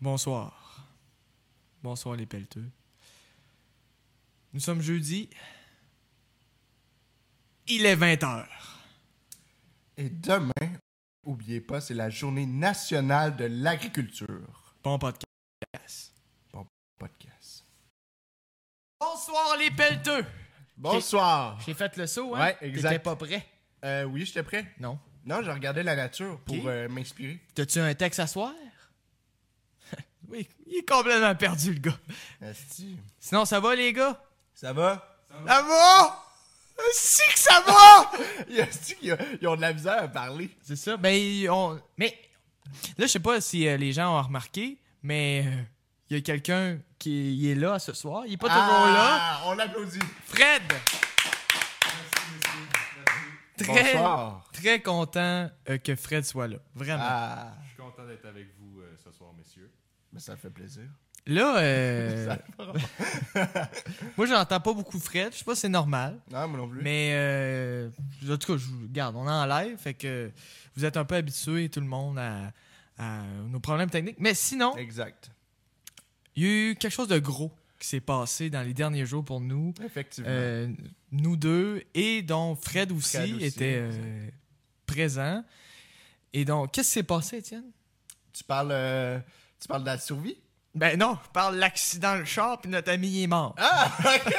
Bonsoir. Bonsoir les pelleteux. Nous sommes jeudi. Il est 20h. Et demain, oubliez pas, c'est la journée nationale de l'agriculture. Bon podcast. Podcast. Bonsoir les pelleteux. Bonsoir. J'ai fait le saut, hein? Ouais, exact. T'étais pas prêt? Euh, oui, j'étais prêt. Non. Non, je regardais la nature pour Ok. euh, m'inspirer. T'as-tu un texte à soir? Oui, il est complètement perdu le gars. Asti. Sinon, ça va les gars? Ça va? Ça va? Euh, Si que ça va! Il y a- Asti, il y a- Ils ont de la misère à parler. C'est ça. Ben, ils ont- Mais là, je sais pas si euh, les gens ont remarqué, mais euh, il y a quelqu'un qui il est là ce soir. Il est pas toujours là. Ah, On l'applaudit. Fred! Très, Bonsoir. très content euh, que Fred soit là. Vraiment. Ah, Je suis content d'être avec vous euh, ce soir, messieurs. mais ça fait plaisir. Là, euh, moi, j'entends pas beaucoup Fred. Je sais pas si c'est normal. Non, moi non plus. Mais, euh, en tout cas, je vous garde. On est en live. Fait que vous êtes un peu habitués, tout le monde, à, à nos problèmes techniques. Mais sinon, Exact. Il y a eu quelque chose de gros qui s'est passé dans les derniers jours pour nous. Effectivement. Euh, nous deux, et dont Fred aussi, Fred aussi, était euh, présent. Et donc, qu'est-ce qui s'est passé, Étienne? Tu parles, euh, tu parles de la survie? Ben non, je parle de l'accident le char, puis notre ami est mort. Ah, ok!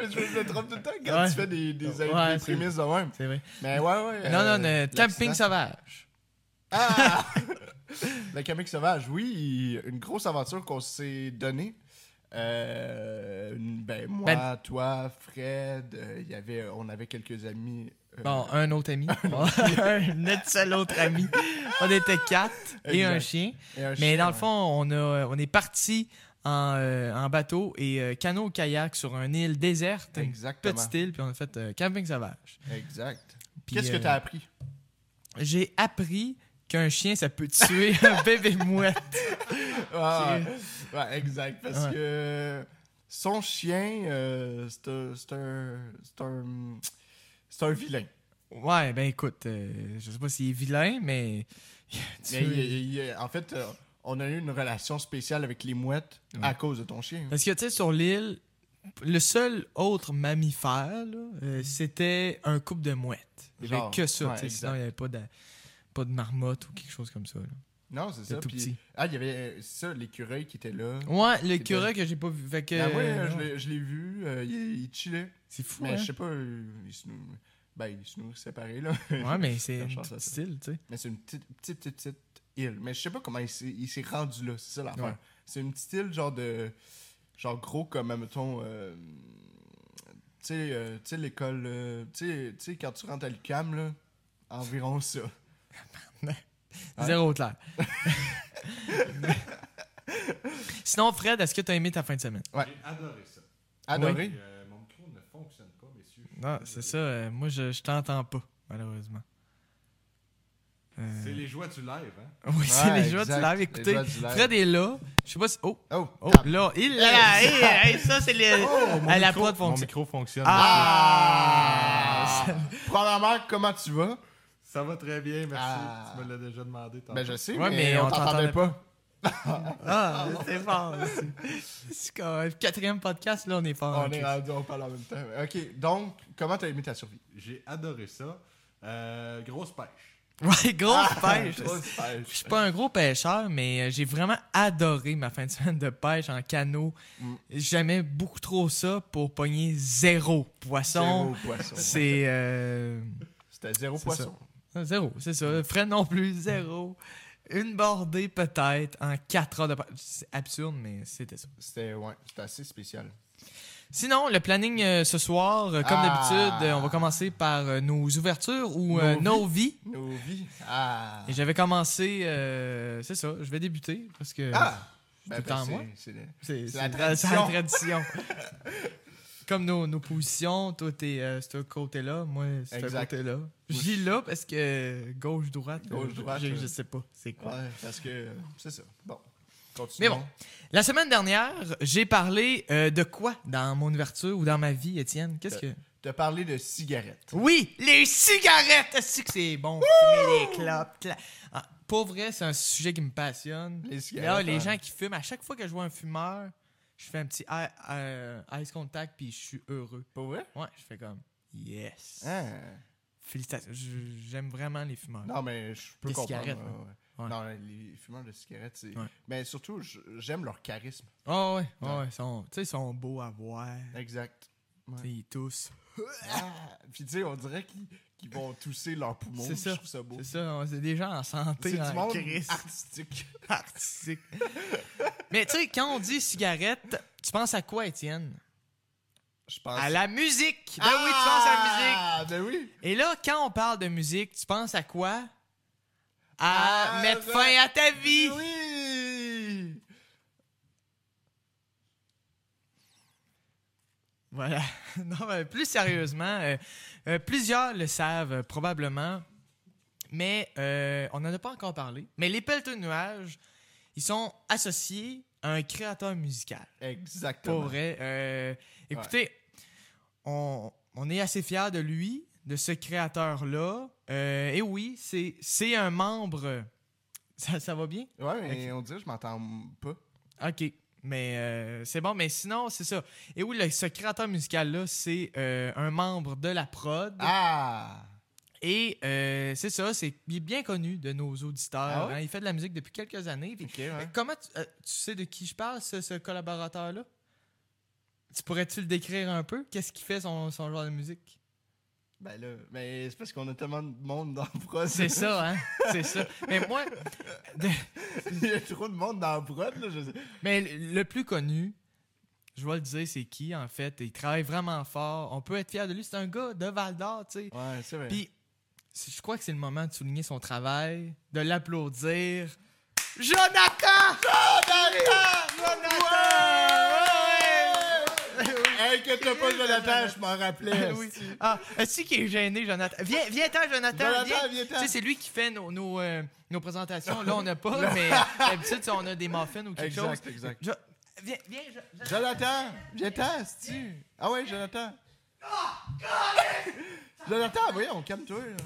je me- je me trompe tout le temps quand Ouais. tu fais des, des, des Ouais, c'est- prémices de même. C'est vrai. Mais ouais, ouais. non, euh, non, le l'accident. camping sauvage. Ah! le camping sauvage, oui, une grosse aventure qu'on s'est donnée. Euh, ben, moi, Ben- toi, Fred, euh, il y avait, on avait quelques amis. euh, Bon, un autre ami. un autre seul autre ami. On était quatre et un Exact. chien. et un Mais chien, dans le ouais. fond, on, a, on est parti en, euh, en bateau et euh, canot kayak sur une île déserte, une Exactement. petite île, puis on a fait euh, camping sauvage. Exact. Puis, Qu'est-ce euh, que t'as appris? J'ai appris qu'un chien, ça peut tuer un bébé mouette. Ah, ouais, exact. Parce Ouais. que son chien, euh, c'est un- c'est un. C'est un. C'est un vilain. Ouais, ben écoute, euh, je sais pas s'il est vilain, mais. Mais il- il- il- en fait, euh, on a eu une relation spéciale avec les mouettes à cause de ton chien. Parce que, tu sais, sur l'île, le seul autre mammifère, là, euh, c'était un couple de mouettes. Il y avait Mm-hmm. Genre, que ça, ouais, tu sais, exact. sinon il n'y avait pas de, pas de marmotte ou quelque chose comme ça. là. Non, c'est C'était ça. tout puis- petit. Ah, il y avait euh, ça, l'écureuil qui était là. Ouais, le C'était- curé que j'ai pas vu. Fait que. Ah ouais, euh, je l'ai- je l'ai vu, euh, il, il chillait. C'est fou. Mais hein? je sais pas, euh, il se nous, ben, il se nous séparait, là. Ouais, mais c'est Faire une chance à petite ça. style, tu sais. Mais c'est une petite, petite, petite, petite île. Mais je sais pas comment il s'est il s'est rendu là, c'est ça l'affaire. Ouais. C'est une petite île, genre de. Genre gros comme, mettons. euh, tu sais, euh, tu sais, l'école. euh, tu sais- tu sais, quand tu rentres à l'UCAM, là, environ ça. Ouais. Zéro clair. Sinon, Fred, est-ce que t'as aimé ta fin de semaine? J'ai adoré ça. Adoré. Et, euh, mon micro ne fonctionne pas, messieurs. Je suis Non, désolé. c'est ça. euh, moi, je, je t'entends pas, malheureusement. Euh, C'est les joies du live, hein? Oui, c'est Ouais, les joies du exact, live. les Écoutez, joies du live. Fred est là. Je sais pas si. Oh, Oh! oh, tap. là. Il est là. eh, Hey, hey, ça, c'est les. Ah, la poids de Mon fonction. micro fonctionne. Ah! Ah! Premièrement, comment tu vas? Ça va très bien, merci. Ah. Tu me l'as déjà demandé. tantôt. Ben, je sais, Ouais, mais, mais on on t'entendait t'entendait pas. Ah, c'est fort. c'est- C'est quand même. Quatrième podcast, là, on est fort. On est hein, rendu, on parle en même temps. OK, donc, comment t'as aimé ta survie? J'ai adoré ça. Euh, grosse pêche. Chris. Ouais, grosse pêche. Ah, Grosse Je pêche. suis pas un gros pêcheur, mais euh, j'ai vraiment adoré ma fin de semaine de pêche en canot. Mm. J'aimais beaucoup trop ça pour pogner zéro poisson. Zéro poisson. C'est euh, C'était zéro C'est poisson. zéro, c'est ça. Fred non plus, zéro. Une bordée peut-être en quatre heures de pêche. C'est absurde, mais c'était ça. C'était ouais, c'était assez spécial. Sinon, le planning euh, ce soir, euh, comme Ah. d'habitude, euh, on va commencer par euh, nos ouvertures ou euh, Nos nos vies. Nos vies. Ah. Et j'avais commencé, euh, c'est ça, je vais débuter parce que Ah. tout le temps c'est- moi. c'est le- C'est C'est c'est la la tradition. tradition. tradition. Comme nos, nos positions, toi, t'es euh, ce côté-là, moi, ce Exact. côté-là. J'y là parce que gauche-droite, Gauche-droite, je, euh. je sais pas c'est quoi. Ouais, parce que euh, c'est ça. Bon. Mais Continuons. bon, la semaine dernière, j'ai parlé euh, de quoi dans mon ouverture ou dans ma vie, Étienne? Qu'est-ce que... T'as parlé de cigarettes. Oui, les cigarettes! Est-ce que c'est bon? Fumer les clopes. cla- Ah, pour vrai, c'est un sujet qui me passionne. Les cigarettes. Là, les hein. gens qui fument, à chaque fois que je vois un fumeur, je fais un petit eye, euh, eyes contact puis je suis heureux. Pour vrai? Ouais, je fais comme yes. Hein? Félicitations. Je- J'aime vraiment les fumeurs. Non, mais je peux Des comprendre. cigarettes, ouais, ouais. Ouais. Non, les fumeurs de cigarettes, c'est. Ouais. Mais surtout, je- j'aime leur charisme. Ah ouais, ah Ouais. ouais, ils sont, tu sais, ils sont beaux à voir. Exact. Tu sais, Ils toussent. Ah! Puis tu sais, on dirait qu'ils qu'ils vont tousser leurs poumons. C'est ça. Je trouve ça beau. C'est ça, on- c'est Ah. des gens en santé. hein, C'est en du monde crise. artistique. artistique. Mais tu sais, quand on dit cigarette, tu penses à quoi, Étienne? Je pense. À la musique! Ah, Ben oui, tu penses à la musique! Ah! Ben oui. Et là, quand on parle de musique, tu penses à quoi? À Ah, mettre ben- fin à ta vie! Oui. Voilà. Non, mais plus sérieusement, euh, euh, plusieurs le savent euh, probablement, mais euh, on n'en a pas encore parlé. Mais les pelleteux de nuages, ils sont associés à un créateur musical. Exactement. Pour vrai. euh, écoutez, on, on est assez fiers de lui, de ce créateur-là. Euh, et oui, c'est c'est un membre. Ça, ça va bien? Ouais, mais on dirait que je m'entends pas. OK. Mais euh, c'est bon. Mais sinon, c'est ça. Et oui, le, ce créateur musical-là, c'est euh, un membre de la prod. Ah! Et euh, c'est ça, c'est, il est bien connu de nos auditeurs. Ah ouais? hein. il fait de la musique depuis quelques années. Puis- Ok, ouais. Comment tu, euh, tu sais de qui je parle, ce, ce collaborateur-là? Tu pourrais-tu le décrire un peu? Qu'est-ce qu'il fait, son, son genre de musique? Ben là, mais c'est parce qu'on a tellement de monde dans le prod. C'est ça, hein? C'est ça. Mais moi, Il y a trop de monde dans le prod, là. Je sais. Mais le le plus connu, je vais le dire, c'est qui, en fait. Il travaille vraiment fort. On peut être fier de lui. C'est un gars de Val d'Or, tu sais. Ouais, c'est vrai. Puis, c'est- je crois que c'est le moment de souligner son travail, de l'applaudir. Jonathan! Hey, que t'as pas Jonathan, je m'en rappelais. Oui. Ah, est-ce qu'il est gêné, Jonathan? Viens, viens ten Jonathan, Jonathan, viens. viens Tu sais, c'est lui qui fait nos, nos, euh, nos présentations. Là, on n'a pas, mais d'habitude, on a des muffins ou quelque chose. Exact, exact. Jo- viens, viens, Jo- Jo- Jonathan, viens ten Ah ouais, Jonathan. Jonathan, voyons, calme-toi, là.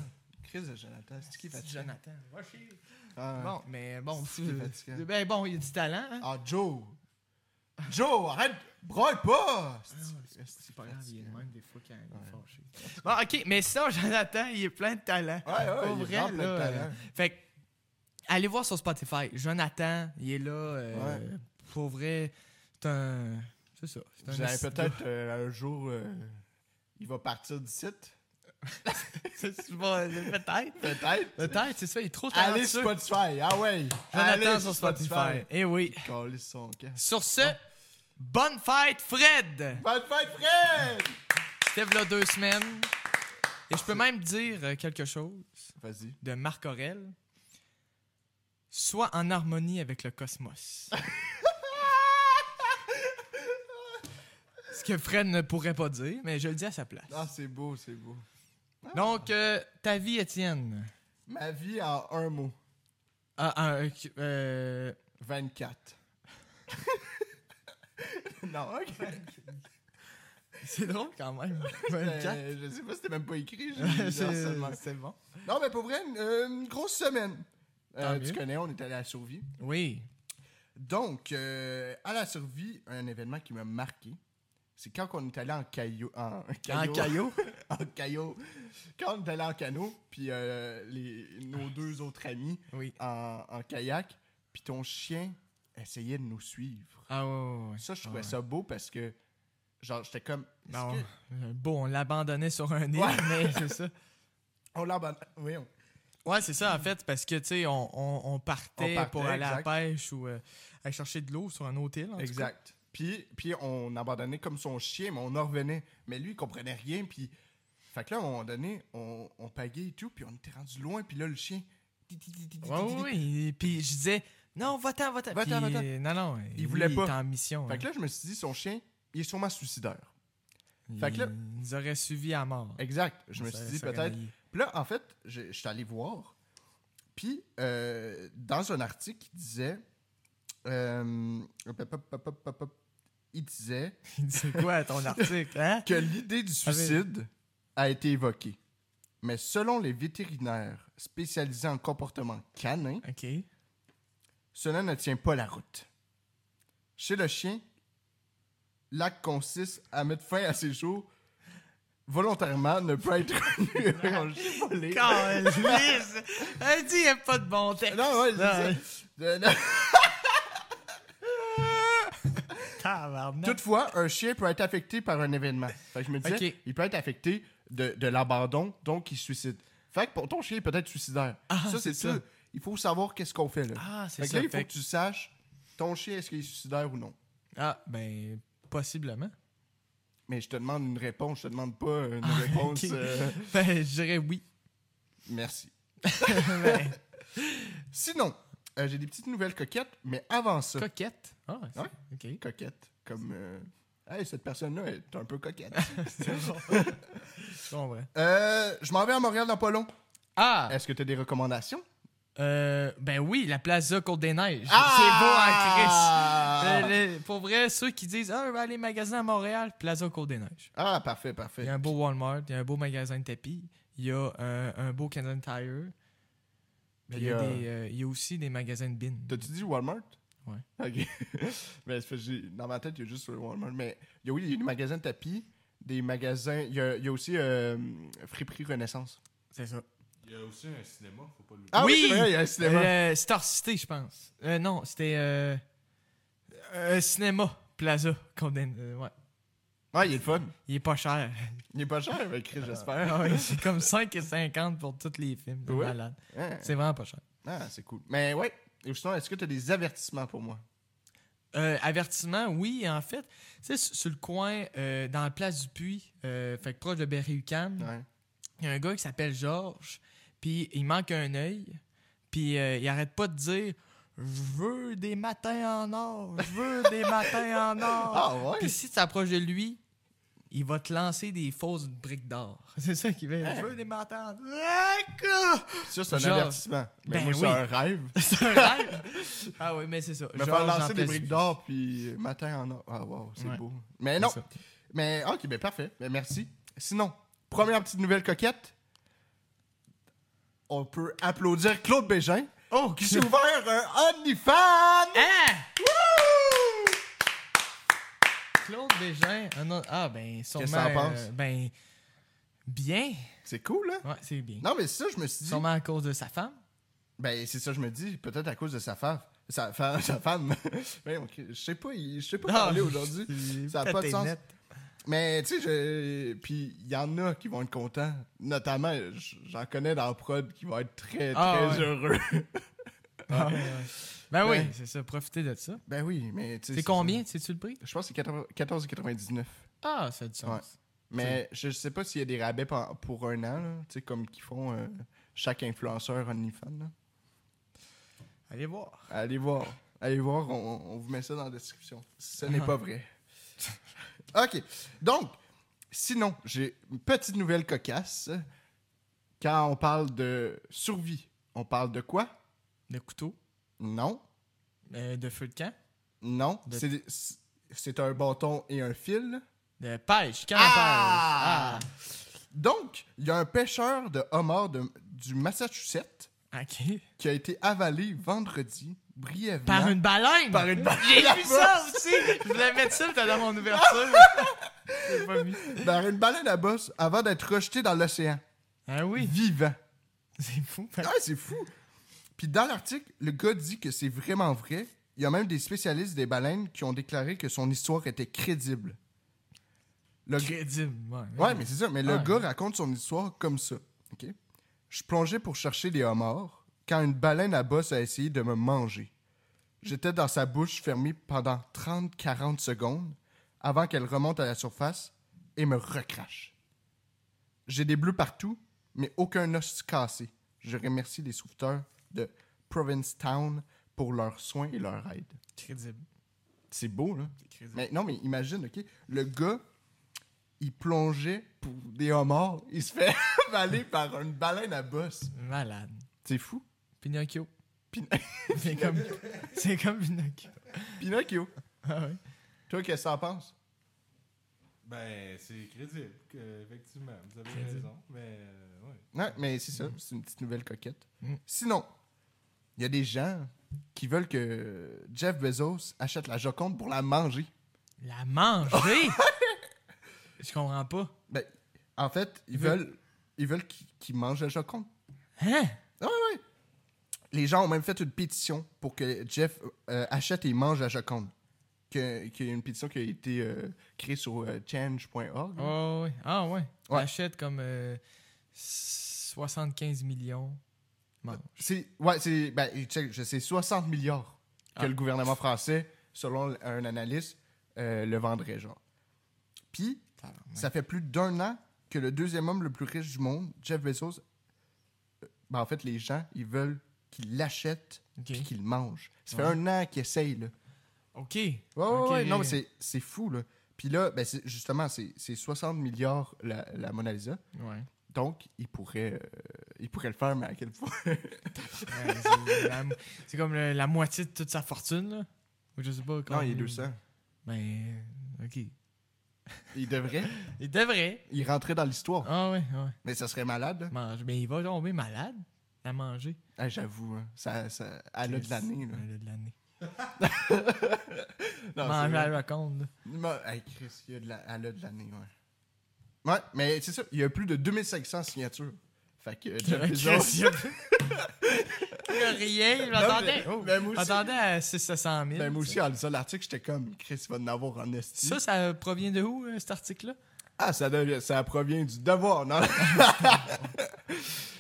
Chris de Jonathan, c'est qui fatigué? Jonathan. Va chier. Ah, Bon, mais bon, C'est fatigant. euh, ben bon, il y a du talent. Hein? Ah, Joe. Joe, arrête, broille pas. Ah, C'est pas grave, il est même des fois quand il est fâché. Bon, ok, mais ça, Jonathan, il est plein de talent. Ouais, ouais, Pour il vrai, est vraiment plein de là, talent. euh, Fait que, allez voir sur Spotify. Jonathan, il est là. euh, Pour vrai, c'est un. C'est ça. c'est un Vous avez esti- peut-être euh, un jour, euh, il va partir du site. C'est pas- euh, Peut-être. Peut-être. Peut-être, c'est ça, il est trop talentueux. Allez sur Spotify. Ah ouais. Jonathan Allez sur Spotify. Eh oui. Calisse son camp. Sur ce, bonne fête, Fred! Bonne fête, Fred! C'était là deux semaines. Et je peux même dire euh, quelque chose Vas-y. de Marc Aurel. Sois en harmonie avec le cosmos. Ce que Fred ne pourrait pas dire, mais je le dis à sa place. Ah, c'est beau, c'est beau. Donc, euh, ta vie, Étienne. Ma vie en un mot. Ah, ah, euh, qui- euh, 24. non, ok. c'est drôle quand même. 24. Euh, je sais pas, c'était même pas écrit. j'ai mis genre C'est- euh, seulement. c'est bon. Non, mais pour vrai, une, euh, une grosse semaine. Euh, Tant tu mieux. connais, on est allé à Survie. Oui. Donc, euh, à la Survie, un événement qui m'a marqué, c'est quand on est allé en caillou. En caillou. En caillot. en caillot. Quand on est allé en canot, puis euh, les- nos deux autres amis Oui. en, en kayak, puis ton chien essayait de nous suivre. Ah ouais, ouais, ouais. Ça, je trouvais Ouais. ça beau parce que, genre, j'étais comme. est-ce Bon, que- euh, bon, on l'abandonnait sur un île, Ouais. mais c'est ça. On l'abandonne. Oui, on- Ouais, c'est ça, en fait, parce que, tu sais, on, on- on partait On partait, pour aller exact. à la pêche ou euh, aller chercher de l'eau sur un hôtel. en tout cas. Exact. Puis, puis on abandonnait comme son chien, mais on en revenait. Mais lui, il comprenait rien. Puis, fait que là, à un moment donné, on, on pagayait et tout, puis on était rendu loin. Puis là, le chien. ti, ti, ti, ti, ti, Ouais, ti, ti. oui, oui. Puis je disais, non, va-t'en, va-t'en. Va-t'en, Puis, va-t'en. euh, Non, non, lui, Il voulait pas. était en mission. Fait que hein. là, je me suis dit, son chien, il est sûrement suicidaire. il, fait que là- hein. il nous aurait suivis à mort. Exact. Je me Ça- suis dit, ça peut-être. réveillait. Puis là, en fait, je, je suis allé voir. Puis, euh, dans un article, il disait. euh, hop, hop, hop, hop, hop, hop. il disait Il dit, C'est quoi ton article, hein? que l'idée du suicide a été évoquée. Mais selon les vétérinaires spécialisés en comportement canin, OK. cela ne tient pas la route. Chez le chien, l'acte consiste à mettre fin à ses jours volontairement, ne peut être Je sais pas lire. Calice! Elle dit, il n'y a pas de bon texte. Non, ouais, je Ah, disais- Euh, non. tabarnak. Toutefois, un chien peut être affecté par un événement. Fait que je me disais, Ben, Ok. il peut être affecté de, de l'abandon, donc il se suicide. Fait que pour ton chien il peut être suicidaire. Ah, ça, c'est c'est ça. ça. Il faut savoir qu'est-ce qu'on fait là. Ah, c'est fait que ça. là, il faut fait que tu saches ton chien, est-ce qu'il est suicidaire ou non. que- Ah, ben, possiblement. Mais je te demande une réponse, je te demande pas une réponse. Ah, ok. euh, Ben, je dirais oui. Merci. Ben, Sinon, euh, j'ai des petites nouvelles coquettes, mais avant ça. coquette. Ah, c'est- Ouais. OK. coquette, comme. euh, Hey, cette personne-là est un peu coquette. C'est bon. Je comprends. Euh, je m'en vais à Montréal dans pas long. Ah! Est-ce que tu as des recommandations? Euh, ben oui, la plaza Côte-des-Neiges. C'est beau en hein, Chris. Ah! Euh, le- pour vrai, ceux qui disent Ah, je vais aller magasiner à Montréal, plaza Côte-des-Neiges. Ah, parfait, Il parfait. y a un beau Walmart, il y a un beau magasin de tapis, il y a euh, un beau Canadian Tire. Mais il y, a Puis, euh, des, euh, il y a aussi des magasins de bins. T'as-tu dit Walmart? Ouais. Ok. Mais c'est parce que j'ai- dans ma tête, il y a juste le Walmart. Mais il y a, oui, il y a des magasins de tapis, des magasins. Il y a, il y a aussi euh, Friperie Renaissance. C'est ça. Il y a aussi un cinéma, faut pas l'oublier. Ah oui, Oui! c'est vrai, il y a un cinéma. Euh, Star City, je pense. Euh, non, c'était euh, euh, Cinéma Plaza Côte-des-Neiges. Euh, ouais. Ouais, Ah, il est le fun. Il est pas cher. Il est pas cher, mais Chris, j'espère. Ah ouais, c'est comme 5,50 pour tous les films. C'est Ouais. malade. Hein? C'est vraiment pas cher. Ah, c'est cool. Mais ouais. Et sinon, est-ce que tu as des avertissements pour moi? Euh, avertissement, oui, en fait. Tu sais, sur, sur le coin, euh, dans la place du Puy, euh, fait que proche de Berry-UQAM, il Ouais. y a un gars qui s'appelle Georges, puis il manque un œil, puis euh, il arrête pas de dire « Je veux des matins en or! Je veux des matins en or! Ah ouais? Puis si tu t'approches de lui, il va te lancer des fausses briques d'or. C'est ça qu'il veut. « Hein? Je veux des matins en or! Ça, c'est un Genre- avertissement. Mais Ben moi, oui. c'est un rêve. » C'est un rêve! Ah oui, mais c'est ça. Me Georges faire en lancer des place briques du- d'or, puis matin en or. Ah, wow, c'est Ouais. beau. Mais C'est non. ça. Mais ok, ben parfait. Ben, merci. Sinon, première petite nouvelle coquette. On peut applaudir Claude Bégin Oh! qui s'est ouvert un OnlyFans. Hein? Claude Bégin, un autre- Ah, ben, sûrement. Qu'est-ce que t'en euh, penses? ben, bien. C'est cool, hein? Ouais, c'est bien. Non, mais ça, je me suis dit. Sûrement à cause de sa femme. Ben, c'est ça, je me dis. Peut-être à cause de sa femme. Sa, fa- sa femme. Ben, ok, je sais pas, il- je sais pas parler aujourd'hui. Ça a pas de sens. Mais tu sais, je... puis il y en a qui vont être contents. Notamment, j- j'en connais dans la prod qui vont être très, très Ah, ouais. heureux. Ah, ouais, ouais. Ben oui, Ouais. c'est ça. Profitez de ça. Ben oui, mais tu sais. C'est combien? Sais-tu le prix? Je pense que c'est 14- 14,99. Ah, ça a du sens. Ouais. Mais je sais pas s'il y a des rabais pour, pour un an, là, tu sais, comme qu'ils font euh, chaque influenceur OnlyFans. là. Allez voir. Allez voir. Allez voir, on, on vous met ça dans la description. Ce n'est pas vrai. OK. Donc, sinon, j'ai une petite nouvelle cocasse. Quand on parle de survie, on parle de quoi? De couteau, Non. euh, de feu de camp, Non. De- C'est des- c'est- C'est un bâton et un fil. de pêche, quand Ah! pêche. Donc, il y a un pêcheur de homard de- du Massachusetts Ah, OK. qui a été avalé vendredi brièvement Par une baleine! par une J'ai baleine vu ça aussi! Je voulais mettre ça, mais t'as dans mon ouverture. J'ai pas vu. par une baleine à bosse avant d'être rejeté dans l'océan Ah oui. vivant. C'est fou. Ouais, c'est fou. Puis dans l'article, le gars dit que c'est vraiment vrai. Il y a même des spécialistes des baleines qui ont déclaré que son histoire était crédible. Le gars- Crédible, ouais. Ouais, mais c'est ça. Mais le Ouais. gars raconte son histoire comme ça. OK? Je plongeais pour chercher des homards quand une baleine à bosse a essayé de me manger. J'étais dans sa bouche fermée pendant 30-40 secondes avant qu'elle remonte à la surface et me recrache. J'ai des bleus partout, mais aucun os cassé. Je remercie les sauveteurs de Provincetown pour leurs soins et leur aide. Crédible. C'est beau, là. Crédible. Mais non, mais imagine, OK, le gars, il plongeait pour des homards, il se fait avaler par une baleine à bosse. Malade. C'est fou. Pinocchio. Pin- C'est comme, c'est comme Pinocchio. Pinocchio. Ah ouais. Toi, qu'est-ce que t'en penses? Ben, c'est crédible, que- effectivement. Vous avez Crédible. raison. Mais, euh, ouais. Non, mais c'est ça, c'est une petite nouvelle coquette. Mm. Sinon, il y a des gens qui veulent que Jeff Bezos achète la Joconde pour la manger. La manger? Je comprends pas. Ben, en fait, ils Ils veulent- veulent ils veulent qu'il qu'il mange la Joconde. Hein? Les gens ont même fait une pétition pour que Jeff euh, achète et mange la Joconde. Que- Qu'il y a une pétition qui a été euh, créée sur euh, change.org. Oh, ouais. Ah ouais. Ouais. Achète comme euh, 75 millions. Mange. C'est ouais, c'est ben, check, je sais 60 milliards que Ah. le gouvernement français, selon un analyste, euh, le vendrait genre. Puis ça fait plus d'un an que le deuxième homme le plus riche du monde, Jeff Bezos, euh, ben, en fait les gens ils veulent qu'il l'achète Ok. puis qu'il le mange. Ça fait Ouais. un an qu'il essaye là. Ok. Ouais, ouais, Ok. ouais, non mais c'est- c'est fou là. Puis là, ben, c'est- justement, c'est c'est 60 milliards la, la Mona Lisa. Ouais. Donc, il pourrait, euh, il pourrait le faire, mais à quel point? Ouais, c'est la- c'est comme le- la moitié de toute sa fortune, là. Ou je sais pas. Non, combien. il est 200. Ben, euh, ok. Il devrait. Il devrait. il rentrait dans l'histoire. Ah ouais, ouais. Mais ça serait malade. là. Mange. Mais il va tomber malade à manger. Ah, J'avoue, hein. ça, ça, elle a de l'année. là. Elle a de l'année. Non, c'est Manger à vrai. la raconte, là. Ma- hey, Chris, il y a de la- elle a de l'année, ouais. Ouais, mais c'est ça, il y a plus de 2500 signatures. Fait que euh, Jeff Bezos... rien, je l'attendais. m'attendais. Oh, ben, moi aussi. J'attendais à 600 000. Ben, moi aussi, en lisant l'article, j'étais comme, Chris, il va en avoir en esti. Ça, ça provient de où, euh, cet article-là? Ah, ça, devient- ça provient du devoir, non?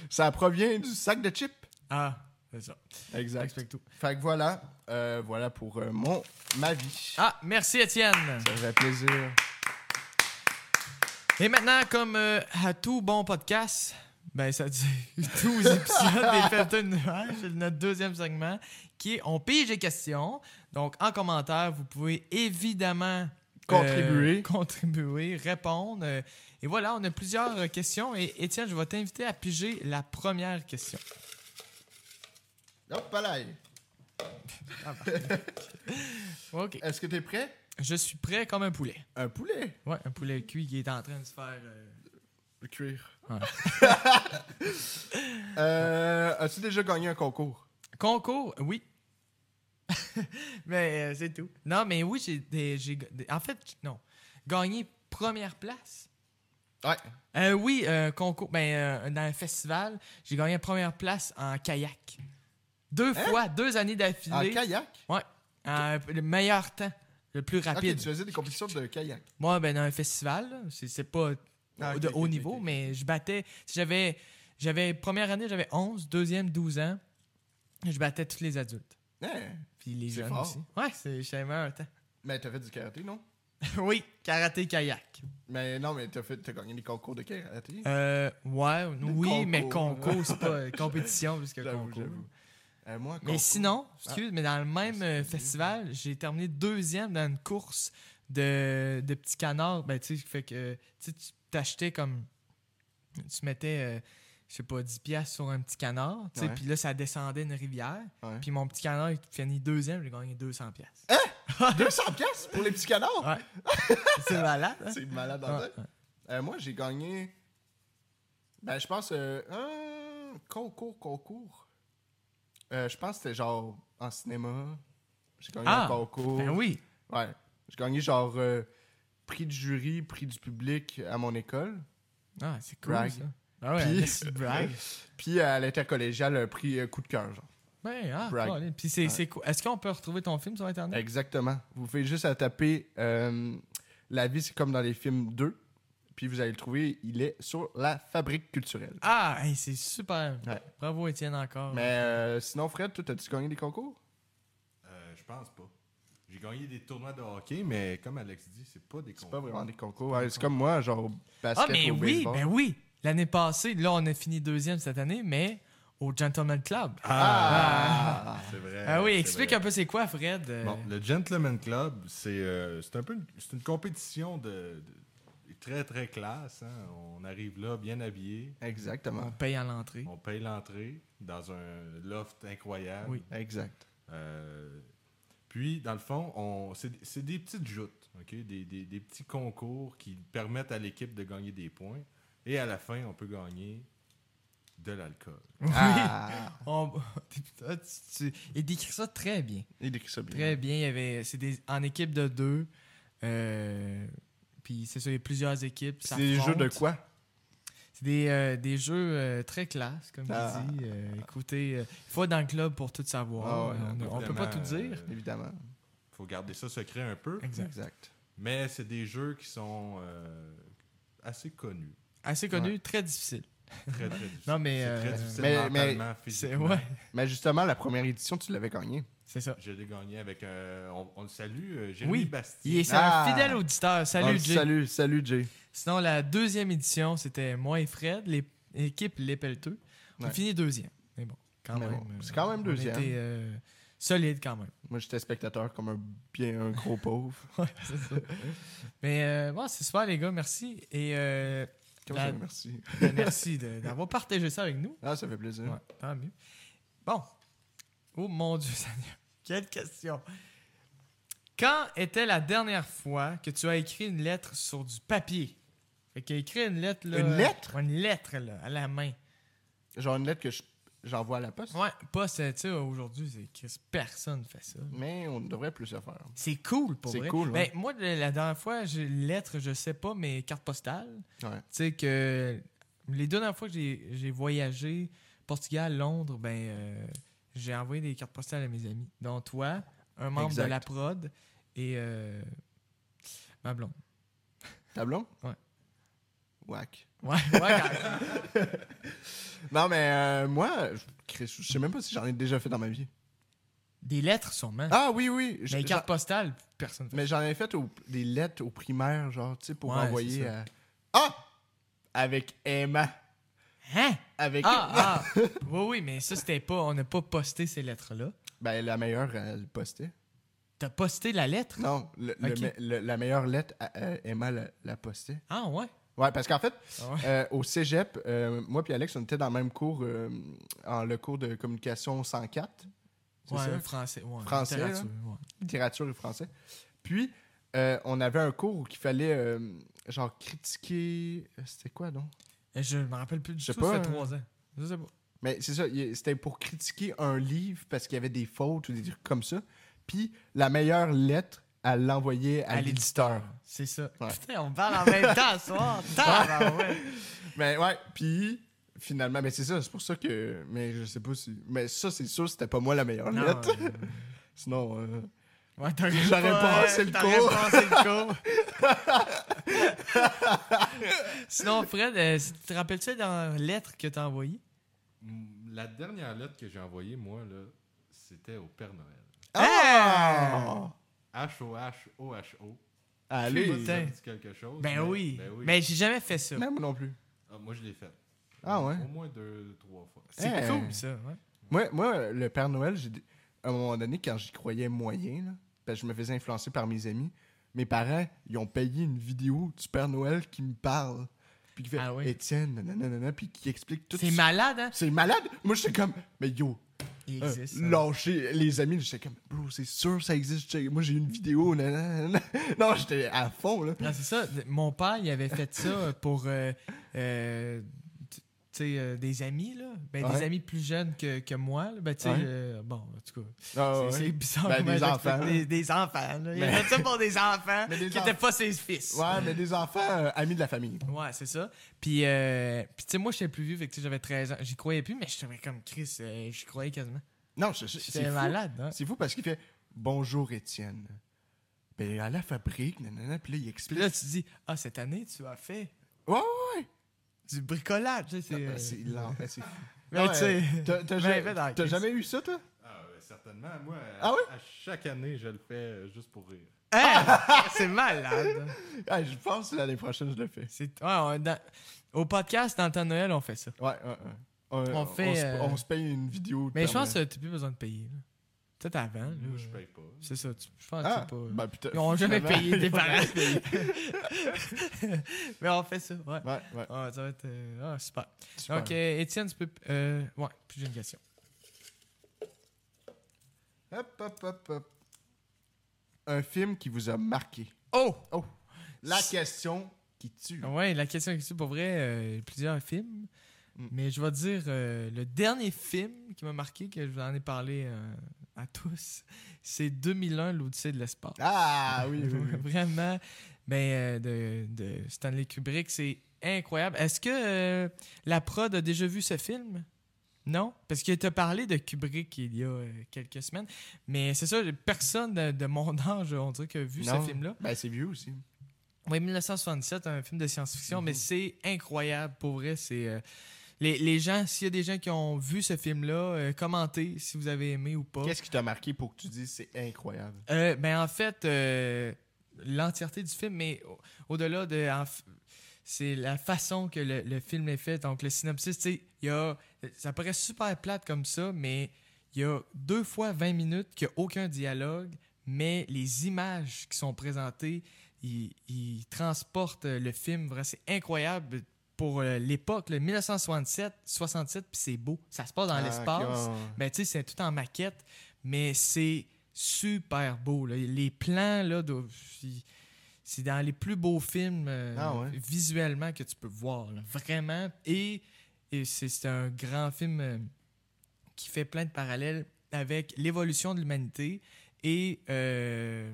ça provient du sac de chips. Ah, c'est ça. Exact. Explique tout. Fait que voilà, euh, voilà pour euh, mon, ma vie. Ah, merci, Étienne. Ça fait plaisir. Et maintenant, comme euh, à tout bon podcast, ben ça dit 12 épisodes des Pelton Nuages, c'est notre deuxième segment, qui est On pige les questions. Donc, en commentaire, vous pouvez évidemment euh, Contribuer. contribuer, répondre. Euh, et voilà, on a plusieurs euh, questions. Et Étienne, je vais t'inviter à piger la première question. Hop, là. OK. Est-ce que t'es prêt? Je suis prêt comme un poulet. Un poulet. Ouais, un poulet cuit qui est en train de se faire. euh, Le cuir. Ouais. Euh, As-tu déjà gagné un concours? Concours, oui. mais euh, c'est tout. Non, mais oui, j'ai. des- j'ai ga- des- En fait, non. Gagné première place. Ouais. Euh, oui, euh, concours. Ben, euh, dans un festival, j'ai gagné première place en kayak. Deux fois, deux années Hein? En d'affilée. kayak? Euh, le meilleur temps, le plus Ok, rapide. tu faisais des compétitions de kayak. Moi, ben, dans un festival, là, c'est c'est pas Ah, au- ok, de ok, haut ok, niveau, ok. mais je battais. si J'avais, j'avais première année, j'avais 11, deuxième, 12 ans. Je battais tous les adultes. Hein? Puis les C'est jeunes fort. aussi. Ouais, c'est j'avais meilleur temps. Mais t'as fait du karaté, non? oui, karaté kayak. Mais non, mais t'as fait- t'as gagné des concours de karaté. Euh, ouais, oui, concours, mais là. concours, c'est pas euh, compétition plus que J'avoue, concours. j'avoue. Euh, moi, Mais concours. Ah, sinon, excuse, mais dans le même c'est euh, mieux. festival, j'ai terminé deuxième dans une course de, de petits canards. Ben, tu sais, fait que tu sais, tu t'achetais comme. Tu mettais, euh, je sais pas, 10 piastres sur un petit canard, tu sais, Ouais. puis là, ça descendait une rivière. Ouais. Ah! Puis mon petit canard, il finit deuxième, j'ai gagné 200 piastres. 200 piastres pour les petits canards? Ouais. C'est malade, hein? C'est malade en Ouais, tête. Euh, moi, j'ai gagné. Ben, je pense. euh, un concours, concours. Euh, je pense que c'était genre en cinéma. J'ai gagné Ah, un concours. Ben oui. Ouais. J'ai gagné genre euh, prix du jury, prix du public à mon école. Ah, c'est cool, Brag. ça. Ah ouais, Puis- un esti de brag. Puis à l'intercollégial, un prix euh, coup de cœur, genre. Ben, ah, Brag. cool. Puis c'est, c'est quoi- Est-ce qu'on peut retrouver ton film sur Internet? Exactement. Vous faites juste à taper euh, La vie, c'est comme dans les films 2. Puis vous allez le trouver, il est sur la fabrique culturelle. Ah, hey, c'est super. Ouais. Bravo, Étienne, encore. Mais euh, sinon, Fred, toi, as-tu gagné des concours? Euh, je pense pas. J'ai gagné des tournois de hockey, mais comme Alex dit, c'est pas des C'est concours. pas vraiment des concours. Ouais, c'est comme moi, genre au basket ah, mais ou au oui, baseball. ben oui. L'année passée, là, on a fini deuxième cette année, mais au Gentleman Club. Ah, Ah! C'est vrai. oui, c'est explique vrai. un peu c'est quoi, Fred. euh, Bon, le Gentleman Club, c'est euh, c'est un peu une, c'est une compétition de, de- très très classe. hein. On arrive là bien habillé, On Exactement. paye à l'entrée. on paye l'entrée dans un loft incroyable. Oui. Exact. Euh, Puis, dans le fond, on, c'est, c'est des petites joutes, ok, des, des- des petits concours qui permettent à l'équipe de gagner des points. Et à la fin, on peut gagner de l'alcool. Ah, On- Ah, tu- tu- Il décrit ça très bien. il décrit ça bien. Très bien. Il y avait, c'est des, en équipe de deux. euh, puis c'est ça, il y a plusieurs équipes. C'est des jeux de s'affrontent. quoi? C'est des, euh, des jeux euh, très classe, comme Ah. il dit. Euh, écoutez, euh, il faut être dans le club pour tout savoir. Ah ouais, Euh, on- on ne peut pas tout Évidemment, dire. Hein. euh, Évidemment. faut garder ça secret un peu. Exact. Exact. Mais c'est des jeux qui sont euh, assez connus. Assez connu, très difficile. Très, très difficiles. Non, mais, C'est euh, très difficile mais- mais- mentalement, C'est, physiquement. ouais, Mais justement, la première édition, tu l'avais gagné. c'est ça. Je l'ai gagné avec... euh, on, on le salue, euh, Jérémy Oui. Bastien. Il est c'est Ah. un fidèle auditeur. On Salut, le Jay. Ah, Salut, salut, Jay. Sinon, la deuxième édition, c'était moi et Fred, l'é- l'équipe Les Pelleteux. On Ouais. finit deuxième. Mais bon, quand Mais même. bon, euh, c'est quand même on deuxième. était, euh, solide quand même. Moi, j'étais spectateur comme un bien un gros pauvre. Ouais, c'est ça. Mais euh, bon, c'est super, les gars. Merci. Et euh, Comme La- ça, merci. ben, merci de- d'avoir partagé ça avec nous. Ah, ça fait plaisir. Ouais, tant mieux. Bon. Oh mon Dieu, Seigneur. Quelle question. Quand était la dernière fois que tu as écrit une lettre sur du papier? Fait qu'il a écrit une lettre, là. Une lettre? Ouais, Une lettre, là, à la main. Genre une lettre que je- j'envoie à la poste. Ouais, pas, c'est- tu sais, aujourd'hui, c'est Chris, personne fait ça. Mais on devrait plus le faire. C'est cool, pour C'est vrai. cool, ouais. Ben, moi, la la dernière fois, j'ai une lettre, je sais pas, mais carte postale. Ouais. Tu sais que les deux dernières fois que j'ai j'ai voyagé, Portugal, Londres, ben euh, j'ai envoyé des cartes postales à mes amis. Dont toi, un membre Exact. de la prod et euh, ma blonde. Tablon? Ouais. Whack. Ouais, ouais, quand- Non, mais euh, moi, je, Chris, je sais même pas si j'en ai déjà fait dans ma vie. des lettres sûrement. Ah oui, oui. je- mais les j'en- cartes postales, personne ne fait. mais j'en ai fait au- des lettres au primaire, genre, tu sais, pour Ouais, envoyer c'est à. Ah! Avec Emma. Hein? Avec. Ah, ah! Oui, oui, mais ça, c'était pas. On n'a pas posté ces lettres-là. Ben, la meilleure, elle postait. T'as posté la lettre? Non, le- le Ok. me- le- la meilleure lettre, à- à Emma la, la postait. Ah, ouais? Ouais, parce qu'en fait, Ah ouais. euh, au cégep, euh, moi puis Alex, on était dans le même cours, euh, en le cours de communication 104. C'est Ouais, ça? français. Ouais, Français, là. littérature, ouais. littérature et français. Puis, euh, on avait un cours où il fallait, euh, genre, critiquer. euh, C'était quoi, non? Et Je me rappelle plus du Je sais tout, ça pas, fait hein. trois ans. Je sais pas. Mais c'est ça, il- c'était pour critiquer un livre parce qu'il y avait des fautes ou des trucs comme ça. Puis, la meilleure lettre, elle l'envoyait à, À l'éditeur. C'est ça. Ouais. Putain, on parle en même temps ce soir. Tabarouette. Mais ouais, puis. Finalement, mais c'est ça, c'est pour ça que. Mais je sais pas si. Mais ça, c'est sûr, c'était pas moi la meilleure Non, lettre. euh, Sinon, euh, ouais, t'aurais J'aurais passé le t'aurais cours. passé le cours. Sinon, Fred, euh, si- te rappelles-tu dans la lettre que t'as envoyée? Mm, La dernière lettre que j'ai envoyée, moi, là, c'était au Père Noël. Ah! H-O-H-O-H-O. Allez! Putain. Ça me dit quelque chose. Ben mais- oui. ben Mais j'ai jamais fait ça. Non, moi non plus. Ah, moi, je l'ai faite. Ah ouais? Au moins deux, trois fois. C'est Hey. cool, ça. ouais. Moi, moi, le Père Noël, j'ai dé- à un moment donné, quand j'y croyais moyen, là, parce que je me faisais influencer par mes amis, mes parents, ils ont payé une vidéo du Père Noël qui me parle. Puis qui fait Ah oui. Étienne, nanana, nanana, puis qui explique tout Euh, C'est ça. malade, hein? C'est malade! Moi, j'étais comme, mais yo, Il euh, existe. hein. ça. lâchez les amis. J'étais comme, bro, c'est sûr, ça existe. J'étais- Moi, j'ai une vidéo, nanana, nanana. Non, j'étais à fond, là. Non, Ah, c'est ça. De- Mon père, il avait fait ça pour euh, euh, tu- tu sais, euh, des amis, là. Ben, Ouais. Des amis plus jeunes que, que moi. là. Ben, tu sais, Ouais. euh, bon, en tout cas. Ah, C'est ouais. c'est bizarre. Ben, comment des je l'explique. enfants. Des, des enfants. là. Il Mais- fait ça pour des enfants Mais des qui enf- n'étaient pas ses fils. Ouais, Ouais, mais des enfants euh, amis de la famille. c'est ça. Puis, euh, puis tu sais, moi, j'étais plus vieux, fait que tu sais, j'avais 13 ans. J'y croyais plus, mais j'étais comme Chris, euh, j'y croyais quasiment. Non, c'est- c'est J'étais fou. malade. hein. C'est fou parce qu'il fait Bonjour Étienne. Ben à la fabrique, nanana, puis là il Puis explique. là, tu dis, ah, cette année, tu as fait Ouais, ouais, ouais. du bricolage. tu sais, Ah, C'est ben, C'est lent, ben, c'est fou. euh, Mais tu sais, T'as- t'as ben, ja- ben, dans la T'as crise. jamais eu ça, toi Ah, ben, certainement. Moi, à, Ah oui? à chaque année, je le fais euh, juste pour rire. Hein? c'est malade. Ah, Je pense que l'année prochaine, je le fais. C'est- ouais, on- dans- au podcast, dans le temps de Noël, on fait ça. Ouais, ouais, ouais. On fait, se- euh, On se paye une vidéo. de Mais je Père pense que tu n'as plus besoin de payer. là. Peut-être avant. là. Moi, je paye pas. C'est ça. tu- Je pense Noël. que Ah, tu peux pas. ben, putain. Ils n'ont jamais finalement, payé des ils ont parents. jamais payé. Mais on fait ça, ouais. Ouais, ouais. Ah, ça va être euh, ah, super. super. Donc, euh, Étienne, tu peux. euh, ouais, puis j'ai une question. Hop, hop, hop, hop. un film qui vous a marqué. Oh! Oh! La question qui tue. Ah Ouais, la question est pour vrai, euh, plusieurs films. Mm. Mais je vais dire euh, le dernier film qui m'a marqué, que je vous en ai parlé euh, à tous, c'est 2001, l'Odyssée de l'espace. Ah oui, oui, oui. Vraiment. Ben, euh, de, de Stanley Kubrick, c'est incroyable. Est-ce que euh, la prod a déjà vu ce film? Non? Parce que tu as parlé de Kubrick il y a euh, quelques semaines. Mais c'est ça, personne de, de mon âge, on dirait, a vu Non. ce film-là. Ben, c'est vieux aussi. Oui, 1977, un film de science-fiction, Mhm. mais c'est incroyable. Pour vrai, c'est. euh, les, les gens, s'il y a des gens qui ont vu ce film-là, euh, commentez si vous avez aimé ou pas. Qu'est-ce qui t'a marqué pour que tu dises c'est incroyable? Euh, ben en fait, euh, l'entièreté du film, mais au- au-delà de. en f- c'est la façon que le, le film est fait. Donc, le synopsis, tu sais, il y a. Ça paraît super plate comme ça, mais il y a deux fois 20 minutes qu'il n'y a aucun dialogue, mais les images qui sont présentées, ils ils transportent euh, le film. Vraiment, C'est incroyable pour euh, l'époque, le 1967, 67, puis c'est beau. Ça se passe dans Ah, l'espace. ok, ouais, ouais. Ben, tu sais, c'est tout en maquette, mais c'est super beau. là. Les plans, là, de- c'est- c'est dans les plus beaux films euh, Ah ouais? visuellement que tu peux voir. là. Vraiment. Et, et c'est c'est un grand film euh, qui fait plein de parallèles avec l'évolution de l'humanité et, euh,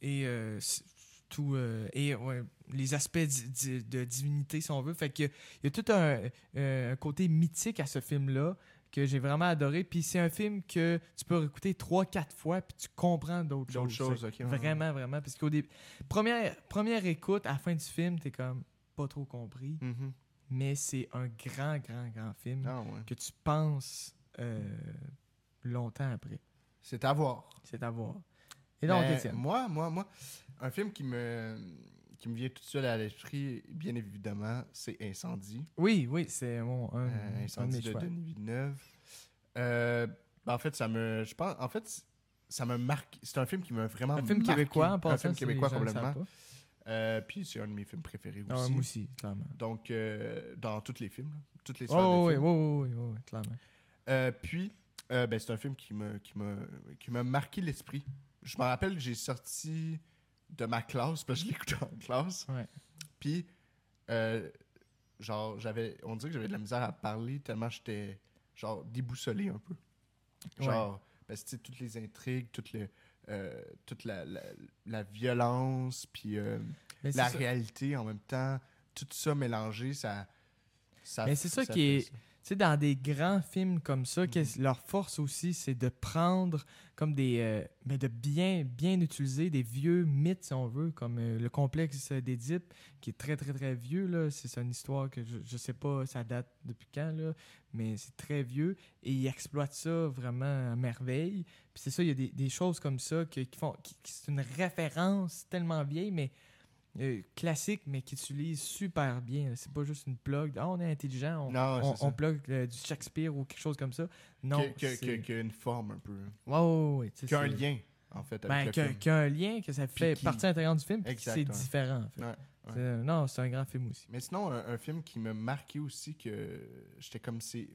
et, euh, c'est- tout, euh, et ouais, les aspects di- di- de divinité, si on veut. Fait que il y a tout un, euh, un côté mythique à ce film-là que j'ai vraiment adoré. Puis c'est un film que tu peux écouter 3-4 fois, puis tu comprends d'autres D'autres choses. choses, ok. ouais, ouais. Vraiment, vraiment. Parce qu'au début, première, première écoute, à la fin du film, t'es comme pas trop compris. Mhm. Mais c'est un grand, grand, grand film Ah, ouais. que tu penses euh, longtemps après. C'est à voir. C'est à voir. Et donc, Ben, Étienne. Moi, moi, moi, un film qui me, qui me vient tout seul à l'esprit, bien évidemment, c'est Incendie. Oui, oui, c'est mon un, Euh, un de Incendie mes de choix. Denis Villeneuve. Euh, ben, en fait, ça me. Je pense. En fait, ça me marque. C'est un film qui m'a vraiment. Un film marqué. québécois, en Un passant, film si les québécois, gens le savent complètement. pas. Euh, puis c'est un de mes films préférés Ah, aussi. moi aussi, clairement. Donc, euh, dans tous les films, là, toutes les sphères Oh, de oui, oui, films. oui, oui, oui, oui, clairement. Euh, puis, euh, ben, c'est un film qui m'a qui m'a- qui m'a marqué l'esprit. Je me rappelle, j'ai sorti de ma classe, parce que je l'écoutais en classe. Ouais. Puis, euh, genre, j'avais, on dirait que j'avais de la misère à parler tellement j'étais, genre, déboussolé un peu. Genre, parce que, tu sais, toutes les intrigues, toutes les, euh, toute la, la, la violence, puis euh, Mais c'est la ça. réalité en même temps, tout ça mélangé, ça... ça Mais c'est ça qui fait est- ça. tu sais, dans des grands films comme ça, qu'est-ce- Mhm. leur force aussi, c'est de prendre comme des. euh, mais de bien, bien utiliser des vieux mythes, si on veut, comme euh, le complexe d'Édipe, qui est très, très, très vieux. là. C'est c'est une histoire que je, je sais pas, ça date depuis quand, là, mais c'est très vieux. Et ils exploitent ça vraiment à merveille. Puis c'est ça, il y a des, des choses comme ça que- qui font. qui- qui- c'est une référence tellement vieille, mais euh, classique, mais qui utilise super bien. C'est pas juste une plug. de, Ah, on est intelligent, on, Non, ouais, on, c'est ça. on plug euh, du Shakespeare ou quelque chose comme ça. Non. que- que- c'est- que- qu'il y a une forme un peu. Ouais, ouais, ouais, tu sais, Qu'il y a un c'est- lien, en fait, Ben, avec que- le film. qu'il y a un lien, que ça fait qui- partie intégrante du film, puis que Exact, c'est ouais. différent. en fait. Ouais, ouais. C'est- euh, non, c'est un grand film aussi. Mais sinon, un, un film qui m'a marqué aussi, que j'étais comme... c'est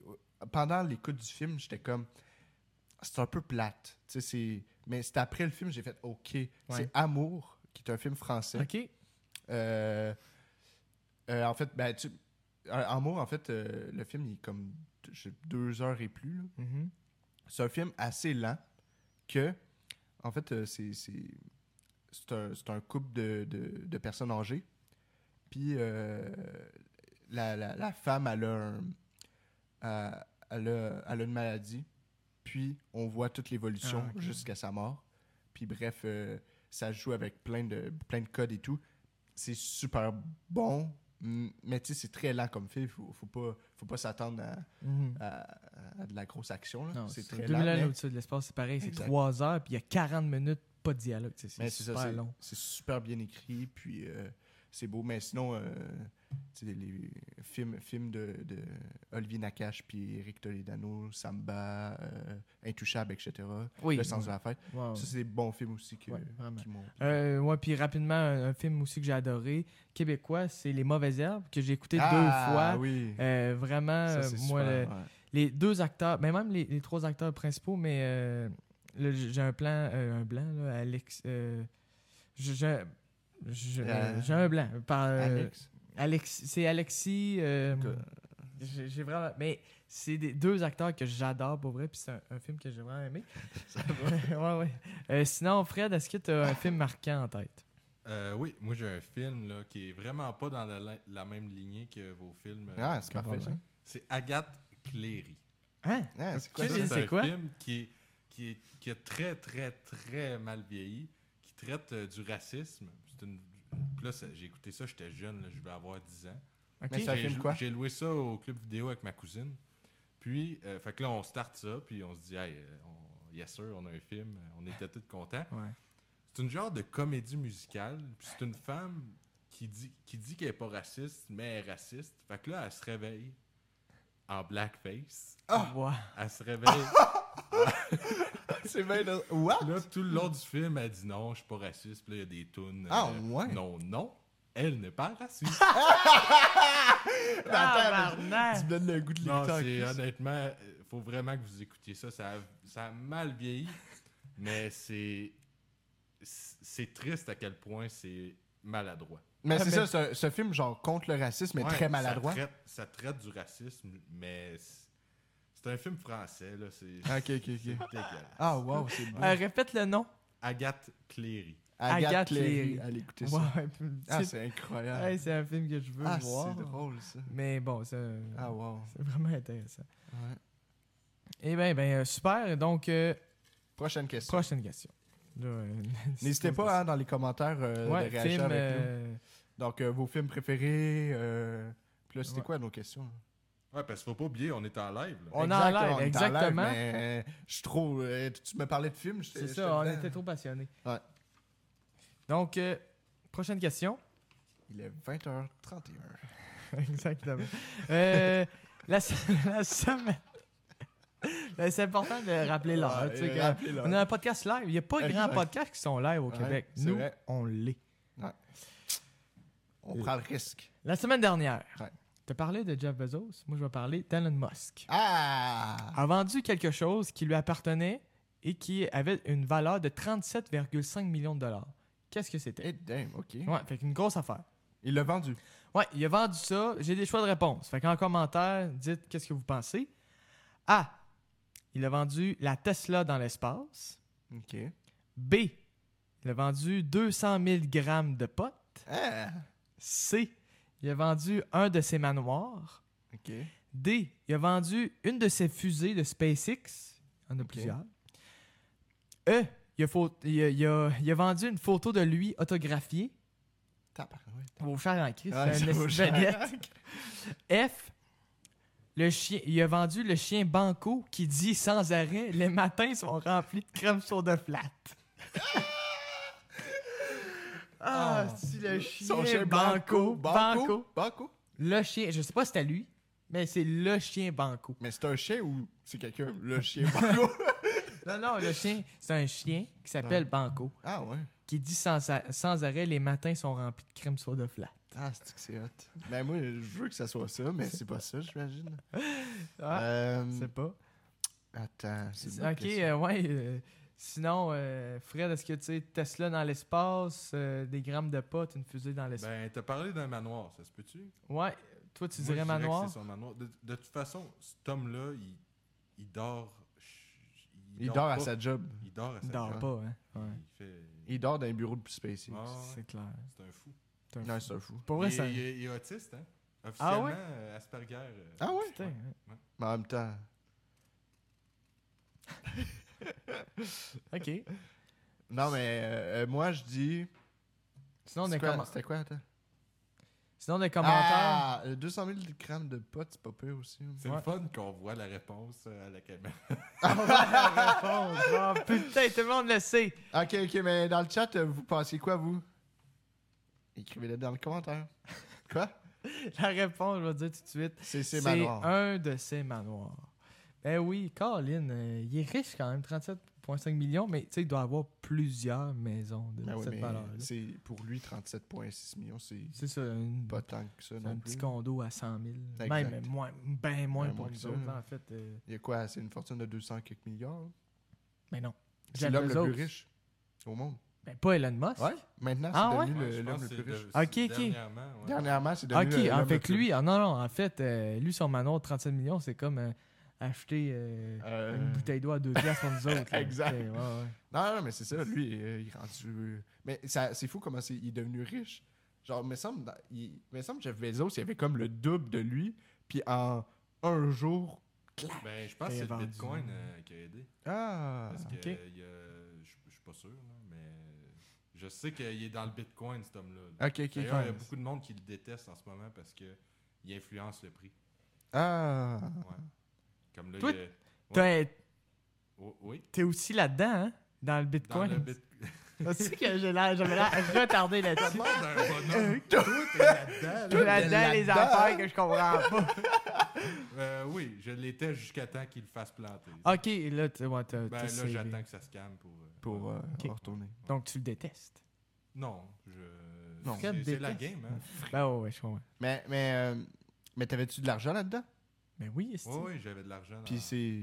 Pendant l'écoute du film, j'étais comme... C'est un peu plate. tu sais, c'est- Mais c'est après le film, j'ai fait « OK C'est Amour, qui est un film français. OK. Euh, euh, en fait, ben, tu... euh, Amour, en fait, euh, le film, il est comme deux- deux heures et plus. là. Mhm. C'est un film assez lent que, en fait, euh, c'est c'est- c'est un, c'est un couple de, de- de personnes âgées. Puis euh, la, la- la femme, elle a, un- elle- elle a- elle a une maladie. Puis on voit toute l'évolution Ah, ok. jusqu'à sa mort. Puis bref, euh, ça joue avec plein de, plein de codes et tout. C'est super bon, m- mais tu sais, c'est très lent comme film. Faut, faut pas faut pas s'attendre à, Mhm. à- à de la grosse action. là. Non, C'est c'est très 2000 ans lent. mais- au-dessus de l'espace, c'est pareil, c'est Exact. 3 heures, puis il y a 40 minutes, pas de dialogue. tu sais, Mais C'est c'est ça, super c'est- long. C'est super bien écrit, puis euh, c'est beau. Mais sinon, euh, tu sais, les films, films de, de Olivier Nakache, puis Eric Toledano, Samba, euh, Intouchable, etc. Oui. Le sens de la fête. Ouais, ouais. Ça, c'est des bons films aussi que, Ouais, vraiment. qui m'ont. Euh, ouais, puis rapidement, un, un film aussi que j'ai adoré, québécois, c'est Les Mauvaises Herbes, que j'ai écouté deux fois. Ah, oui. Euh, vraiment, Ça, euh, c'est moi, super, le- ouais. les deux acteurs, mais même les, les trois acteurs principaux, mais euh, Là, j- j'ai un plan, euh, un blanc, là, Alex. euh, j'ai- j'ai j'ai- Euh, j'ai un blanc. Par, euh, Alex. Alex- c'est Alexis. euh, Que- j'ai j'ai vraiment. Mais c'est des, deux acteurs que j'adore pour vrai, puis c'est un, un film que j'ai vraiment aimé. ouais, ouais. Euh, sinon, Fred, est-ce que tu as un film marquant en tête Euh, oui, moi j'ai un film là, qui est vraiment pas dans la, li- la même lignée que vos films. euh, Ah, c'est Comprends parfait, ça. bien. C'est Agathe Cléry. Hein Ah, c'est quoi Que- ça? c'est quoi? un film qui, est, qui, est, qui a très, très, très mal vieilli, qui traite euh, du racisme. C'est une... puis Là, ça- j'ai écouté ça, j'étais jeune, là, je vais avoir 10 ans. Ok. Mais ça- J'ai filme jou- quoi? J'ai loué ça au club vidéo avec ma cousine. Puis, euh, fait que là, on start ça, puis on se dit, hey, euh, on- yes sir, on a un film, on était tous contents. Ouais. C'est une genre de comédie musicale, puis c'est une femme qui dit qui dit qu'elle est pas raciste, mais elle est raciste. Fait que là, elle se réveille en blackface. Ah! Wow. Elle se réveille. C'est bien là. What? Ah, là, tout le long du film, elle dit non, je suis pas raciste. Puis là, il y a des tunes. euh, Ah, ouais? Non, non, elle n'est pas raciste. Ben, attends, mais Tabarnak. tu me donnes le goût de Non, l'écouter en c'est crise. honnêtement, euh, faut vraiment que vous écoutiez ça. Ça a, ça a mal vieilli, mais c'est c'est triste à quel point c'est maladroit. Mais c'est Ah, mais- ça, ce, ce film, genre, contre le racisme, est Ouais, très maladroit. Ça traite, ça traite du racisme, mais c'est- c'est un film français là. C'est Ok, ok, ok. c'est dégueulasse. Ah, wow, c'est beau. Euh, répète le nom. Agathe Cléry. Agathe, Agathe Léry, Léry. allez écouter Ouais, ça. puis- Ah, tu- c'est incroyable. Hey, c'est un film que je veux ah, voir. c'est drôle, ça. Mais bon, ça- Ah, wow. c'est vraiment intéressant. Ouais. Eh bien, ben, euh, super. Donc, euh, Prochaine question. prochaine question. Là, euh, N'hésitez pas hein, dans les commentaires euh, ouais, de réagir film, avec nous. euh, Donc, euh, vos films préférés. euh, Puis là, c'était Ouais. quoi nos questions? Ouais, parce qu'il faut pas oublier, on est en live. là. Oh. On est en live, on est en exactement. mais euh, je suis trop. euh, tu me parlais de films, j'étais- C'est j'étais ça, on dedans. était trop passionnés. Ouais. Donc, euh, prochaine question. Il est 20h31. Exactement. Euh, la, se- la semaine. Ben, C'est important de rappeler l'heure. Ouais, tu sais, euh, quand- rappelez-le. on a un podcast live. Il n'y a pas grand Exact. podcast qui sont live au Ouais, Québec. c'est Nous, vrai. on l'est. On prend le risque. La semaine dernière, Ouais. tu as parlé de Jeff Bezos. Moi, je vais parler d'Elon Musk. Ah! A vendu quelque chose qui lui appartenait et qui avait une valeur de 37,5 millions de dollars. Qu'est-ce que c'était? Eh, damn, OK. Ouais, fait qu'une grosse affaire. Il l'a vendu. Ouais, il a vendu ça. J'ai des choix de réponse. Fait qu'en commentaire, dites qu'est-ce que vous pensez. A. Il a vendu la Tesla dans l'espace. OK. B. Il a vendu 200 000 grammes de potes. Ah! C. Il a vendu un de ses manoirs. OK. D. Il a vendu une de ses fusées de SpaceX. Il y en a Ok. plusieurs. E. Il a, faut- il a- il a- il a vendu une photo de lui autographiée. Tabarouette. Vaut cher en crise. Ouais, c'est ça un vaut esti cher. de vedette. F. Le chien, il a vendu le chien Banco qui dit sans arrêt les matins sont remplis de crème soda flat. ah, si le chien, Son chien Banco. Banco. Banco. Banco. Le chien, je sais pas si c'était lui, mais c'est le chien Banco. Mais c'est un chien ou c'est quelqu'un? Le chien Banco. Non, non, le chien, c'est un chien qui s'appelle Banco, ah, ouais. qui dit sans, a- sans arrêt les matins sont remplis de crème soda flat. Ah, c'est que c'est hot. Ben, moi, je veux que ça soit ça, mais c'est pas ça, j'imagine. Ah, Euh, je sais pas. Attends, c'est une bonne Ok, question. euh, ouais. euh, sinon, euh, Fred, est-ce que tu sais Tesla dans l'espace, euh, des grammes de potes, une fusée dans l'espace? Ben, t'as parlé d'un manoir, ça se peut-tu? Ben, ouais, toi tu dirais Moi, je dirais que manoir? c'est son manoir. De, de toute façon, cet homme-là, il, il dort. euh, Il dort à pas. sa job. Il dort à sa Il dort job. pas, hein? Ouais, Il fait. Il dort dans les bureaux de SpaceX. Ah, ouais, c'est clair. c'est un fou. C'est un Non, fou. c'est un fou. Pour vrai, il, ça. est- il est, il est autiste, hein? Ah Officiellement, ouais? euh, Asperger. euh, Ah ouais? Putain, hein. Mais en même temps, Ok. Non, mais euh, euh, moi, je dis. Sinon, C'est des, quoi- commen- C'était quoi, attends? Sinon, des commentaires. Ah, euh, 200 000 grammes de potes, c'est pas peu aussi. hein. C'est Ouais. le fun qu'on voit la réponse euh, à la caméra. Ah, putain, tout le monde le sait. Ok, ok, mais dans le chat, euh, vous pensez quoi, vous Écrivez-le dans le commentaire. Quoi La réponse, je vais te dire tout de suite. C'est C'est c'est manoir. un de ses manoirs. Ben oui, Colin, euh, il est riche quand même, 37,5 millions, mais tu sais, il doit avoir plusieurs maisons de Ben oui, cette mais valeur-là. c'est pour lui 37,6 millions, c'est C'est ça, une- pas tant que ça c'est non un plus. petit condo à 100 000. Exact. Même moins, ben moins Ben pour moins que nous ça, autres, là. en fait. euh, Il y a quoi C'est une fortune de 200 quelques milliards mais non. C'est l'homme le plus riche au monde. Ben, pas Elon Musk. Ouais. Maintenant, c'est Ah ouais? devenu Ouais, le- je l'homme pense le que plus c'est riche. de- Ok, c'est ok. Dernièrement, ouais. Dernièrement, c'est devenu. Ok, euh, en l'homme le fait que plus lui, ah non, non, en fait, euh, lui, son manoir de 37 millions, c'est comme euh, acheter euh, Euh, une bouteille d'eau à deux piastres pour nous autres. là. Exact. C'est- ouais, ouais. Non, non, mais c'est ça, lui, euh, il est rendu. Mais ça- c'est fou comment c'est- il est devenu riche. Genre, me semble, dans- il, me semble Jeff Bezos, il avait comme le double de lui, puis en un jour. Ben, je pense que Et c'est le vendu. Bitcoin euh, qui a aidé. Ah! Parce que ok. euh, il y a- je je suis pas sûr, là, mais je sais qu'il est dans le Bitcoin, cet Ah, homme-là. Ok, ok, D'ailleurs, il y a ok. beaucoup de monde qui le déteste en ce moment parce que il influence le prix. Ah! Ouais. Comme là, Ah. Toi, il y a- T'as- Oh, oui, T'es aussi là-dedans, hein? Dans le dans Bitcoin. le Bitcoin. Tu sais que j'ai l'air- j'avais l'air retardé là-dessus. Euh, Toi, T'es là-dedans, t'es les là-dedans. affaires que je comprends Euh, oui, je l'étais jusqu'à temps qu'il le fasse planter. pas. Ah, ok, là, tu ouais, t'as- ben, t'as là, savé. j'attends que ça se calme pour. euh, Pour euh, Ok. en retourner. Donc, tu le détestes. Non, je. Non. C'est c'est la Déteste. game, hein. Ben, ouais, ouais, je comprends. Mais, mais, euh, mais t'avais-tu de l'argent là-dedans? Bah. Mais Ben oui, est-ce Oui, oui, j'avais de l'argent. Puis dans- c'est.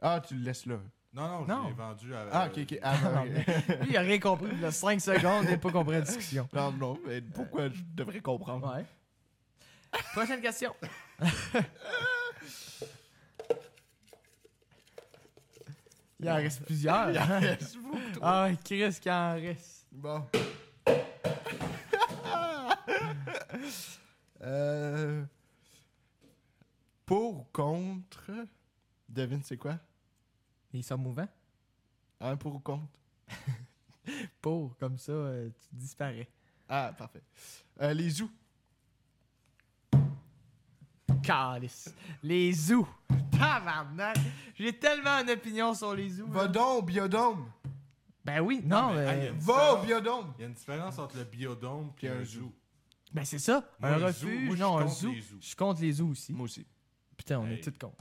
Ah, tu le laisses là. Non, non, Non. je l'ai vendu à. euh, Ah, ok, ok. Ah, Non, non, mais- Lui, il a rien compris. Il a 5 secondes, il n'a pas compris la discussion. non, non, mais pourquoi je devrais comprendre? Ouais. Prochaine question. il en reste plusieurs. hein? Il en reste beaucoup trop. Ah, Chris, qu'il en reste. Bon. Euh, pour ou contre, devine c'est quoi? Ils sont mouvants. Un pour ou contre? Pour, comme ça, euh, tu disparais. Ah, parfait. Euh, les zoos. Calice. Les zoos. Tabarnak. J'ai tellement une opinion sur les zoos. Va là. donc au biodôme. Ben oui, Non, non. mais, euh, hey, il y a une Va au différence. biodôme. Il y a une différence entre le biodôme et Puis un un zoo. zoo. ben c'est ça. Moi, un le refuge. zoo, moi, je non, un suis contre zoo. les zoos. Je suis contre les zoos aussi. Moi aussi. Putain, on Hey. est tous contre.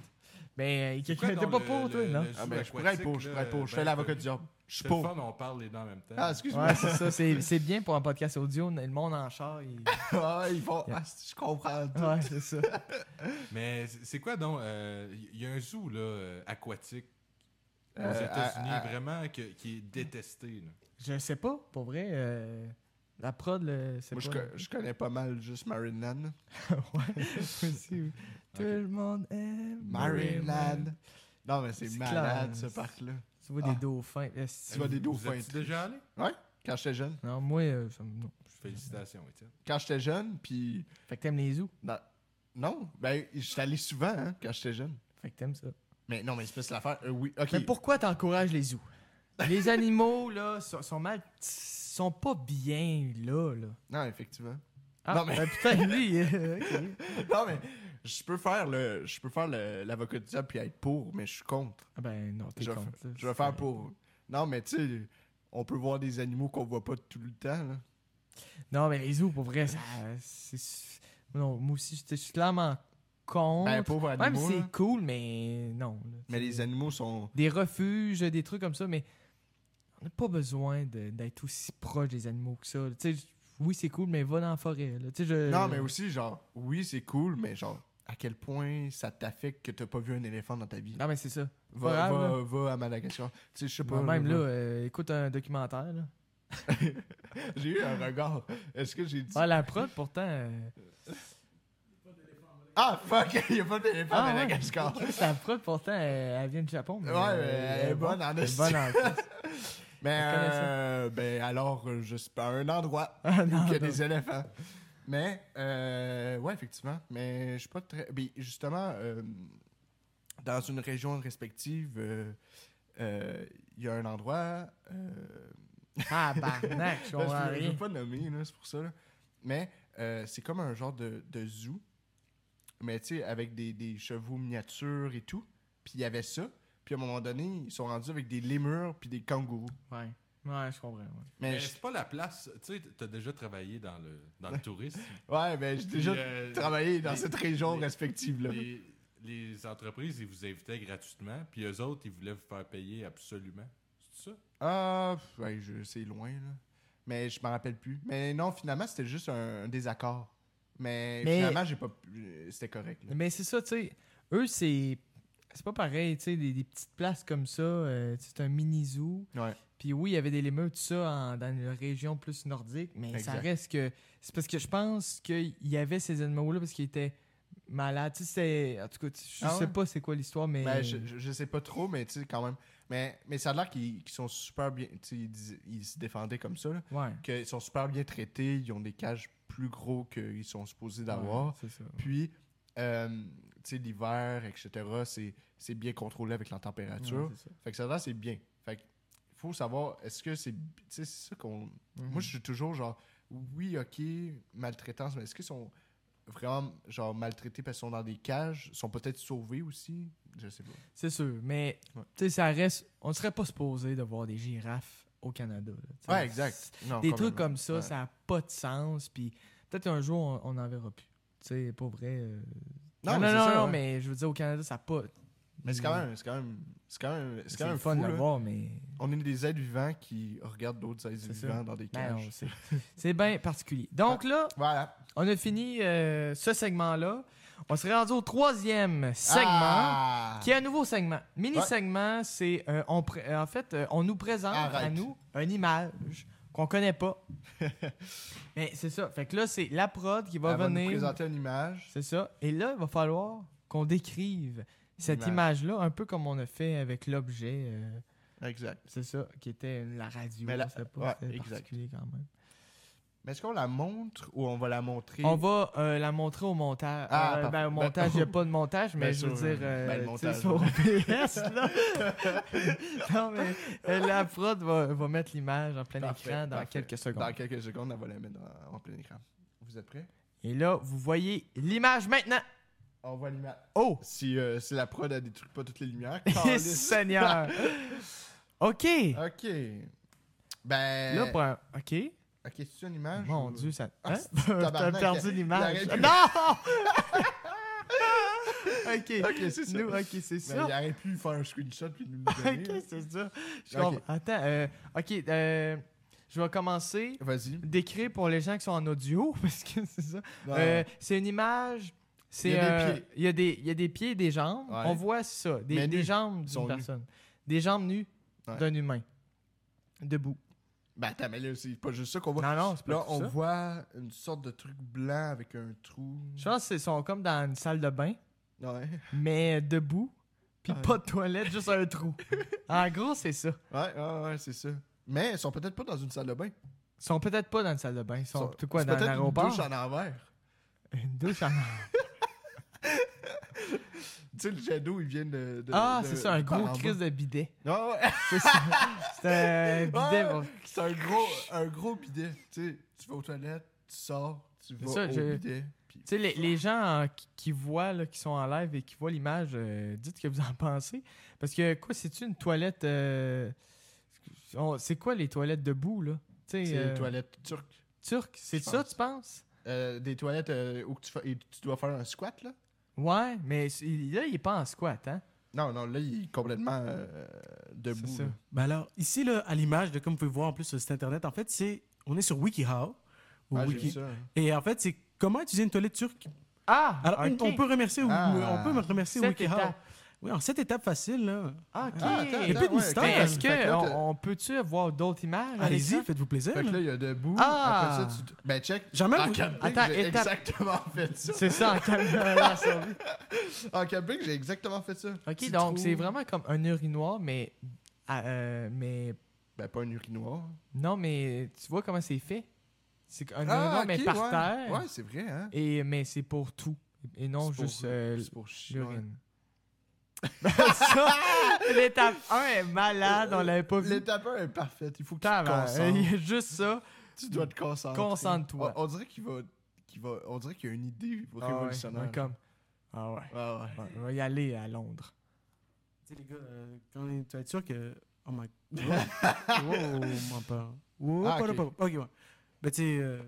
Ben, euh, quelqu'un Pourquoi n'était dans pas le- pour, toi, le- non? le zoo Ah, ben, je aquatique, pourrais être pour, je là, pourrais être pour. Je fais ben, l'avocat c'est- du diable. Je suis c'est le pour. fun, on parle les deux en même temps. Ah, excuse-moi. Ouais, c'est ça. C'est, c'est bien pour un podcast audio. Le monde en char, il... Ah, ils vont. Yeah. Ah, je comprends tout. Ouais, c'est ça. Mais c'est c'est quoi donc euh, Il y a un zoo là, euh, aquatique aux Euh, États-Unis, à- à- vraiment, que- qui est détesté. là. Je sais pas, pour vrai. euh, La prod, le- c'est Moi, je, pas... co- je connais pas mal juste Marineland. ouais, aussi, oui. Tout Ok. le monde aime Marineland. Non, mais c'est C'est malade, classe. ce parc-là. Tu vois Ah. des dauphins. est-ce Tu vois des Vous dauphins. êtes-tu déjà allé Quand j'étais jeune. Non, moi, euh, ça me- non. Félicitations, Étienne. Quand j'étais jeune, puis. Fait que t'aimes les zoos. Non, non, ben, j'étais allé souvent, hein, quand j'étais jeune. Fait que t'aimes ça. Mais non, mais c'est parce que l'affaire. euh, oui, ok. Mais pourquoi t'encourages les zoos? les animaux, là, sont, sont mal... sont pas bien, là, là. Non, effectivement. Ah, Non, mais- ben, putain, lui, euh, ok. non, mais je peux faire le. Je peux faire le- l'avocat du diable puis être pour, mais je suis contre. Ah ben, non, t'es Je vais, contre. fa- là, je vais c'est- faire pour. Non, mais tu sais, on peut voir des animaux qu'on voit pas tout le temps, là. Non, mais les zoos, pour vrai, ça... c'est... Non, moi aussi, j'étais- je suis clairement contre. Ben, pauvre Même animaux. si là. c'est cool, mais non. là, Mais tu sais. les animaux sont. Des refuges, des trucs comme ça, mais on n'a pas besoin de- d'être aussi proche des animaux que ça. Tu sais, oui, c'est cool, mais va dans la forêt. là. Tu sais, je- Non, mais aussi, genre, oui, c'est cool, mais genre, à quel point ça t'affecte que t'as pas vu un éléphant dans ta vie? Non, mais c'est ça. Va, Ah, grave, va, va à Madagascar. Tu sais, je sais pas. Moi, même là, va- euh, écoute un documentaire. Là. J'ai eu un regard. Est-ce que j'ai dit. Ah, la prod, pourtant. euh, Ah, fuck, il n'y a pas de téléphone Ah, ouais. à Madagascar. la prod, pourtant, euh, elle vient du Japon. euh, Ouais, mais elle est bonne en elle est esti. bonne en plus. Mais Je connais euh, ben alors, euh, je sais pas, un endroit Ah, où non, il y a non. des éléphants. Mais, euh, ouais, effectivement. Mais je suis pas très. mais justement, euh, dans une région respective, euh, euh, il y a un endroit. euh, Ah, barnac, je Ben, comprends je veux- je veux rien. pas nommer, là, c'est pour ça. là. Mais euh, c'est comme un genre de, de zoo, mais tu sais, avec des, des chevaux miniatures et tout. Puis il y avait ça. Puis à un moment donné, ils sont rendus avec des lémurs puis des kangourous. Ouais. Ouais, je comprends. ouais. Mais Mais Euh, je- c'est pas la place. Tu sais, t'as déjà travaillé dans le, dans le tourisme. ouais, ben j'ai déjà Puis, euh, travaillé dans les- cette région les- respective-là. les, les entreprises, ils vous invitaient gratuitement, puis eux autres, ils voulaient vous faire payer absolument. C'est ça? Ah, pff, ouais, je- c'est loin, là. Mais je m'en rappelle plus. Mais non, finalement, c'était juste un, un désaccord. Mais, Mais- finalement, j'ai pas. pu- euh, C'était correct. là. Mais c'est ça, tu sais. Eux, c'est. C'est pas pareil, tu sais, des, des petites places comme ça. euh, tu sais, c'est un mini-zoo. Ouais. Puis oui, il y avait des lémures, tout ça, en- dans une région plus nordique, mais ça Exact. reste que. C'est parce que je pense qu'il y avait ces animaux-là parce qu'ils étaient malades. Tu sais, c'est- en tout cas, tu- je Ah sais ouais? pas c'est quoi l'histoire, mais. Ben, je, je- je sais pas trop, mais tu sais, quand même. Mais, mais ça a l'air qu'ils qu'ils sont super bien. Tu sais, ils, disaient- ils se défendaient comme ça, là. Ouais. Qu'ils sont super bien traités, ils ont des cages plus gros qu'ils sont supposés d'avoir. Ouais, c'est ça. Puis, euh, tu sais, l'hiver, etc., c'est- c'est bien contrôlé avec la température. Ouais, c'est ça. Fait que ça là, c'est bien. Fait que faut savoir, est-ce que c'est. Tu sais, c'est ça qu'on. Mhm. Moi, je suis toujours genre, oui, ok, maltraitance, mais est-ce qu'ils sont vraiment, genre, maltraités parce qu'ils sont dans des cages Ils sont peut-être sauvés aussi Je sais pas. C'est sûr, mais Ouais. tu sais, ça reste. On serait pas supposé de voir des girafes au Canada. là, tu sais. Ouais, exact. Non, Des complètement. trucs comme ça, Ouais. ça n'a pas de sens. Puis peut-être un jour, on- on n'en verra plus. Tu sais, pas vrai. euh, Non, non, mais non, c'est ça, non, ouais. mais je veux dire, au Canada, ça n'a pas. Mais c'est quand même. C'est quand même. C'est quand même. C'est C'est quand même le fun fou, de le là. voir, mais. On est des êtres vivants qui regardent d'autres êtres C'est ça. vivants dans des Ben, cages. on sait. c'est bien particulier. Donc là, Voilà. on a fini euh, ce segment-là. On serait rendu au troisième segment. Ah! Qui est un nouveau segment. Ouais. Mini-segment, c'est. euh, on pré- euh, en fait, euh, on nous présente à Arrête. nous une image qu'on connaît pas. Mais c'est ça. Fait que là, c'est la prod qui va Elle va nous venir. présenter une image. c'est ça. Et là, il va falloir qu'on décrive cette L'image. image-là, un peu comme on a fait avec l'objet. euh, Exact. c'est ça, qui était la radio. Mais la- je sais pas, ouais, c'était exact. particulier quand même. Mais est-ce qu'on la montre ou on va la montrer On va euh, la montrer au montage. Ah, Euh, parfait. ben, au Ben- montage, il n'y a pas de montage, mais Ben, je veux sur, euh, dire. euh, ben, le tu sais, montage, sur OBS, là. non, mais euh, la prod va, va mettre l'image en plein Parfait, écran dans parfait. quelques secondes. Dans quelques secondes, on va la mettre dans- en plein écran. Vous êtes prêts Et là, vous voyez l'image maintenant. On voit l'image. Oh! Si, euh, si la prod, elle détruit pas toutes les lumières. calisse. Seigneur! OK! ok. Ben. Là, pour un... OK. Ok, c'est une image Mon ou- Dieu, ça. Ah, Hein? c'est- T'as tabarnak, perdu il- l'image. il aurait dû- Non! OK. Ok, c'est ça. Nous, OK, c'est Ben, ça. il aurait pu faire un screenshot puis nous le donner. là. ok, c'est ça. Je Ok. comprends. Attends, euh, ok, euh, je vais commencer. Vas-y. Décrire pour les gens qui sont en audio, parce que c'est ça. Non. Euh, c'est une image. c'est, Il y a des euh, pieds. Il y, a des- il y a des pieds et des jambes. Ouais. On voit ça. Des, Mais des nus. jambes Ils sont d'une nus. personne. Des jambes nues Ouais. d'un humain. Debout. Ben, attends, mais là, c'est pas juste ça qu'on voit. Non, non, c'est pas Là, tout on ça. voit une sorte de truc blanc avec un trou. Je pense qu'ils sont comme dans une salle de bain, Ouais. mais debout. Puis Ouais. pas de toilette, juste un trou. en gros, c'est ça. Ouais, ouais, ouais, c'est ça. Mais ils sont peut-être pas dans une salle de bain. Ils sont peut-être pas dans une salle de bain. Ils sont, C'est tout quoi, dans peut-être une l'aéroport? douche en envers. Une douche en Tu sais, le jet d'eau, il vient de. de- Ah, de- c'est ça, un de par gros en bas. crise de bidet. Ouais, ouais. C'est ça. C'est un bidet. Ouais, bon. C'est un gros, un gros bidet. Tu sais, tu vas aux toilettes, tu sors, tu vas ça, au je- bidet. puis- Tu sais, les, les gens euh, qui, qui voient, là, qui sont en live et qui voient l'image, euh, dites ce que vous en pensez. Parce que, quoi, c'est-tu une toilette. euh, on- C'est quoi les toilettes debout, là? Tu C'est sais, euh, des toilettes turques. turques, c'est je ça, pense. tu penses? Euh, des toilettes euh, où tu, fais- et tu dois faire un squat, là? Ouais, mais c'est- là, il est pas en squat, hein? Non, non, là, il est complètement euh, debout. C'est ça. là. Ben alors, ici, là, à l'image, de comme vous pouvez voir en plus sur le site internet, en fait, c'est. On est sur WikiHow. ou Ah, j'ai Wiki- vu ça. Et en fait, c'est comment utiliser une toilette turque. Ah! Alors, ok. on- on peut remercier, Ah. on peut me remercier Cette WikiHow. étape. Oui, en cette étape facile, là. Ah, ok. Ah, attends, Il y a plus de ouais, mystère. Mais ok. est-ce Fait que là, t'as- qu'on on, peut-tu avoir d'autres images? Allez-y, Ah, Alexandre? faites-vous plaisir. Fait que là. là, il y a debout. Ah! Après ça, tu... Ben, check. Jamais en vous- camping, Attends, j'ai étape. exactement fait ça. C'est ça, en caméra. la survie. En camping, j'ai exactement fait ça. Ok, Petit donc trou. c'est vraiment comme un urinoir, mais. ah, euh, mais. Ben, pas un urinoir. Non, mais tu vois comment c'est fait? C'est qu'un Ah, urinoir, mais ok, par ouais. terre. Ouais, c'est vrai, hein. Et, mais c'est pour tout. Et non C'est pour- juste euh, c'est pour chier. ouais. l'urine. Ben, Ça, l'étape 1 est malade, on l'avait pas vu. L'étape 1 est parfaite. Il faut que tu te Tabarnak, concentres. Il y a juste ça. Tu dois te concentrer. Concentre-toi. On, on dirait qu'il va, qu'il va. On dirait qu'il y a une idée Ah ouais, révolutionnaire. ouais, comme. Ah ouais. Ah ouais. ouais, On va y aller à Londres. Tu sais, les gars, euh, quand on est une toilette turque, euh, oh my god. wow, mon père. Wow, Ah, pas là, ok. pas là. Ok, ouais. Ben, tu sais, euh,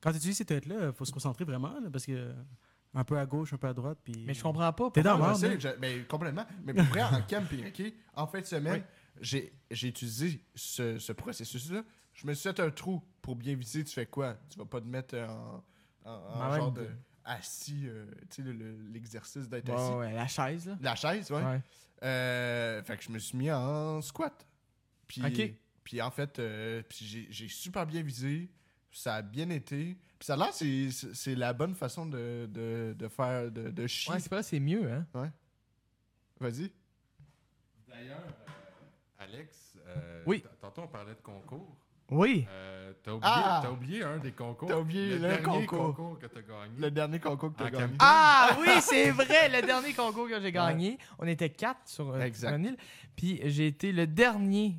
quand tu utilises ces toilettes-là, il faut se concentrer vraiment, là, parce que euh, un peu à gauche, un peu à droite, puis. Mais je comprends pas. T'es dans pourquoi- la Ah, merde, je sais, mais- je- mais complètement. Mais pour vrai, en camping, OK? En fin de semaine, j'ai j'ai utilisé ce, ce processus-là. Je me suis fait un trou pour bien viser. Tu fais quoi? Tu vas pas te mettre en, en- en Ah ouais, genre de- de assis, euh, tu sais, le- le- l'exercice d'être Ouais, assis. ouais, la chaise, là. La chaise, ouais. Ouais. Euh, fait que je me suis mis en squat. Puis, Ok. puis en fait, euh, puis j'ai- j'ai super bien visé. Ça a bien été. Puis ça a l'air, c'est- c'est c'est la bonne façon de, de, de faire, de, de chier. Ouais, c'est pas c'est mieux, hein. Vas-y. D'ailleurs, euh, Alex, euh, Oui. t- tantôt on parlait de concours. Oui. Euh, t'as, oublié, Ah! t'as oublié un des concours. T'as oublié le dernier concours. que t'as gagné. Le dernier concours que t'as En gagné. camping. Ah oui, c'est vrai, le dernier concours que j'ai gagné, on était quatre sur, euh, Exact. sur une île, puis j'ai été le dernier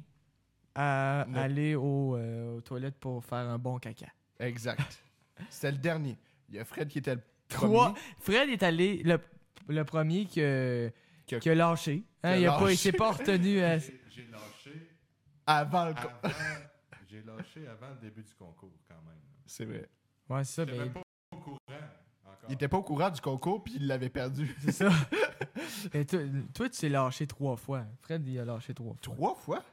à Le- aller au, euh, aux toilettes pour faire un bon caca. Exact. C'était le dernier. Il y a Fred qui était le Trois. premier. Fred est allé le, le premier que, Qui a- qui a lâché. Hein, qui a il a pas- il lâché. s'est pas retenu. hein. à- J'ai, j'ai lâché Avant le concours. avant, j'ai lâché avant le début du concours, quand même. Ah, C'est vrai. Ouais, c'est ça. J'étais ben, même pas au courant encore. Il était pas au courant du concours, puis il l'avait perdu. c'est ça. Et ben, toi, toi, tu t'es lâché trois fois. Fred, il a lâché trois fois. Trois fois?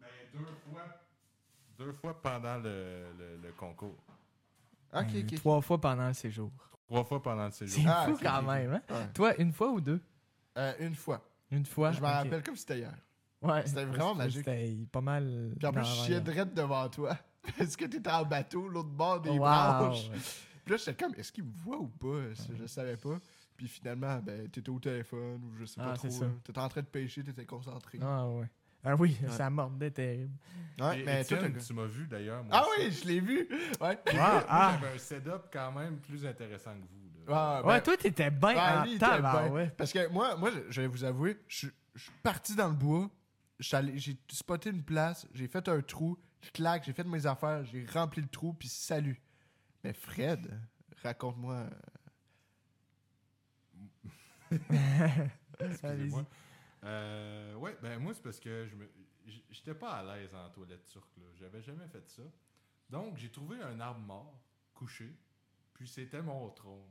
Ben, deux fois. Deux fois pendant le, le- le concours. Ah, Ok, Euh, ok. Trois fois pendant le séjour. Trois fois pendant le C'est séjour. Ah, fou ok, quand ok. même. Hein? Ouais. Toi, une fois ou deux Euh, une fois. Une fois. je m'en ok. rappelle comme si c'était hier. Ouais. C'était vraiment magique. C'était pas mal. Puis en plus, dans je la chiais valeur. drette devant toi. Parce que t'étais en bateau, l'autre bord des Wow. branches. Puis là, j'étais comme, est-ce qu'il me voit ou pas? Ça, Je savais pas. Puis finalement, ben, t'étais au téléphone ou je sais pas Ah, trop. c'est ça. là. T'étais en train de pêcher, t'étais concentré. Ah ouais. Ah oui, Ouais. ça mordait terrible. Ouais, Et- mais toi, Étienne, t'as- tu m'as vu d'ailleurs. moi Ah aussi. oui, je l'ai vu! Ouais. Moi, ah. J'avais un setup quand même plus intéressant que vous. là. Ah, ben, ouais, toi, t'étais bien ah, en lui, il était tabarouette. bien. Parce que moi, moi, je vais vous avouer, je suis- je suis parti dans le bois, je suis allé- j'ai spoté une place, j'ai fait un trou, je claque, j'ai fait mes affaires, j'ai rempli le trou, puis salut. Mais Fred, raconte-moi. Excusez-moi. Euh, ouais, ben moi, c'est parce que je me, j- j'étais pas à l'aise en toilette turque. Là. J'avais jamais fait ça. Donc, j'ai trouvé un arbre mort, couché, puis c'était mon trône.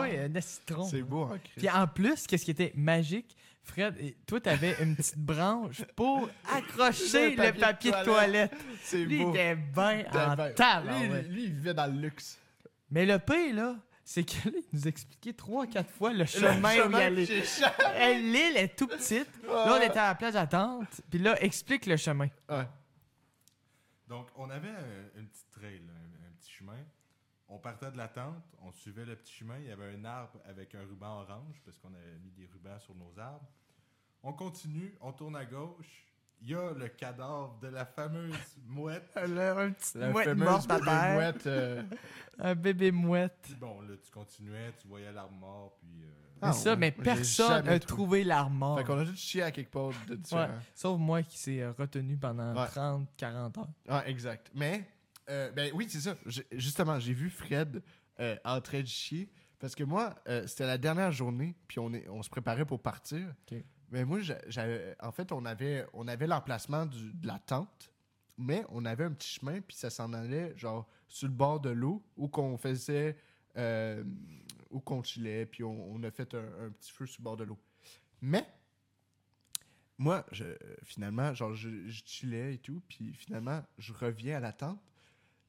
ouais, ouais, un citron. C'est beau, hein, Puis Chris? en plus, qu'est-ce qui était magique, Fred, et- toi, t'avais une petite branche pour accrocher Le papier le de papier de toilette. toilette. C'est Lui, il beau. était bien T'as en ben- Lui, tabarouette. il- lui, il vivait dans le luxe. Mais le pire, là, c'est qu'il nous expliquait trois, quatre fois le chemin, Le où y chemin aller. chez Charles. Hey, L'île est tout petite. Là, on était à la plage d'attente. Puis là, explique le chemin. Ouais. Donc, on avait un, une petite trail, là, un, un petit chemin. On partait de la tente, on suivait le petit chemin. Il y avait un arbre avec un ruban orange, parce qu'on avait mis des rubans sur nos arbres. On continue, on tourne à gauche. Il y a le cadavre de la fameuse mouette. Là, un petit La mouette fameuse morte à bébé terre. mouette, euh, Un bébé mouette. Puis bon, là, tu continuais, tu voyais l'arbre mort, puis... euh, Ah, c'est ça, ouais. mais J'ai personne jamais n'a trouvé. trouvé l'armoire. Fait qu'on a juste chié à quelque part de différent. Ouais, Sauf moi qui s'est euh, retenu pendant Ouais. 30, 40 heures. Ah, exact. Mais, euh, ben oui, c'est ça. J'ai- justement, j'ai vu Fred euh, en train de chier. Parce que moi, euh, c'était la dernière journée, puis on, est, on se préparait pour partir. Ok. Mais Ben, moi, j'a- j'avais- en fait, on avait, on avait l'emplacement du- de la tente, mais on avait un petit chemin, puis ça s'en allait, genre, sur le bord de l'eau, où qu'on faisait, euh, où qu'on chillait, puis on, on a fait un, un petit feu sur le bord de l'eau. Mais, moi, je, finalement, genre, je, je chillais et tout, puis finalement, je reviens à la tente.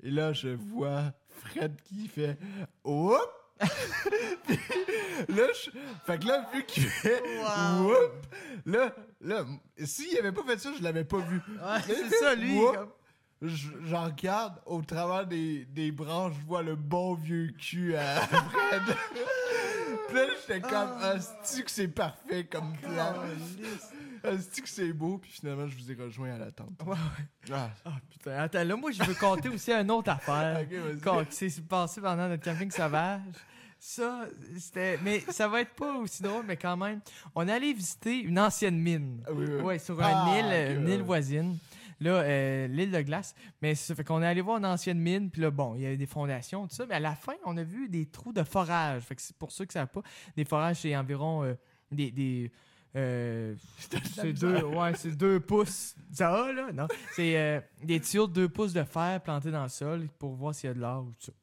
Et là, je vois Fred qui fait « Oups! » Puis là, je... Fait que là, vu qu'il fait « Wow. Oups! » Là, là, s'il avait pas fait ça, je l'avais pas vu. Ouais, Il c'est fait ça, lui. Oups! comme- Je- J'en regarde au travers des, des branches, je vois le bon vieux cul à Fred. Puis là, j'étais comme, Ah. hostie que c'est parfait comme plan. Hostie que c'est beau. Puis finalement, je vous ai rejoint à la tente. Ouais, ouais. Ah, Ah, putain, attends, là, moi, je veux compter aussi une autre affaire. ok, vas-y. Qu'on- qui s'est passé pendant notre camping sauvage. Ça, c'était. Mais ça va être pas aussi drôle, mais quand même. On est allé visiter une ancienne mine. Ah oui, oui. Ouais, sur Ah, une île, euh, ok, une ouais, île ouais. voisine. Là, euh, l'île de glace. Mais ça fait qu'on est allé voir une ancienne mine, puis là, bon, il y avait des fondations, tout ça. Mais à la fin, on a vu des trous de forage. Fait que c'est pour ceux qui savent pas, des forages, c'est environ euh, des. des euh, c'est deux, ouais, c'est deux pouces. Ça va, là? Non. C'est euh, des tuyaux de deux pouces de fer plantés dans le sol pour voir s'il y a de l'or ou tout ça.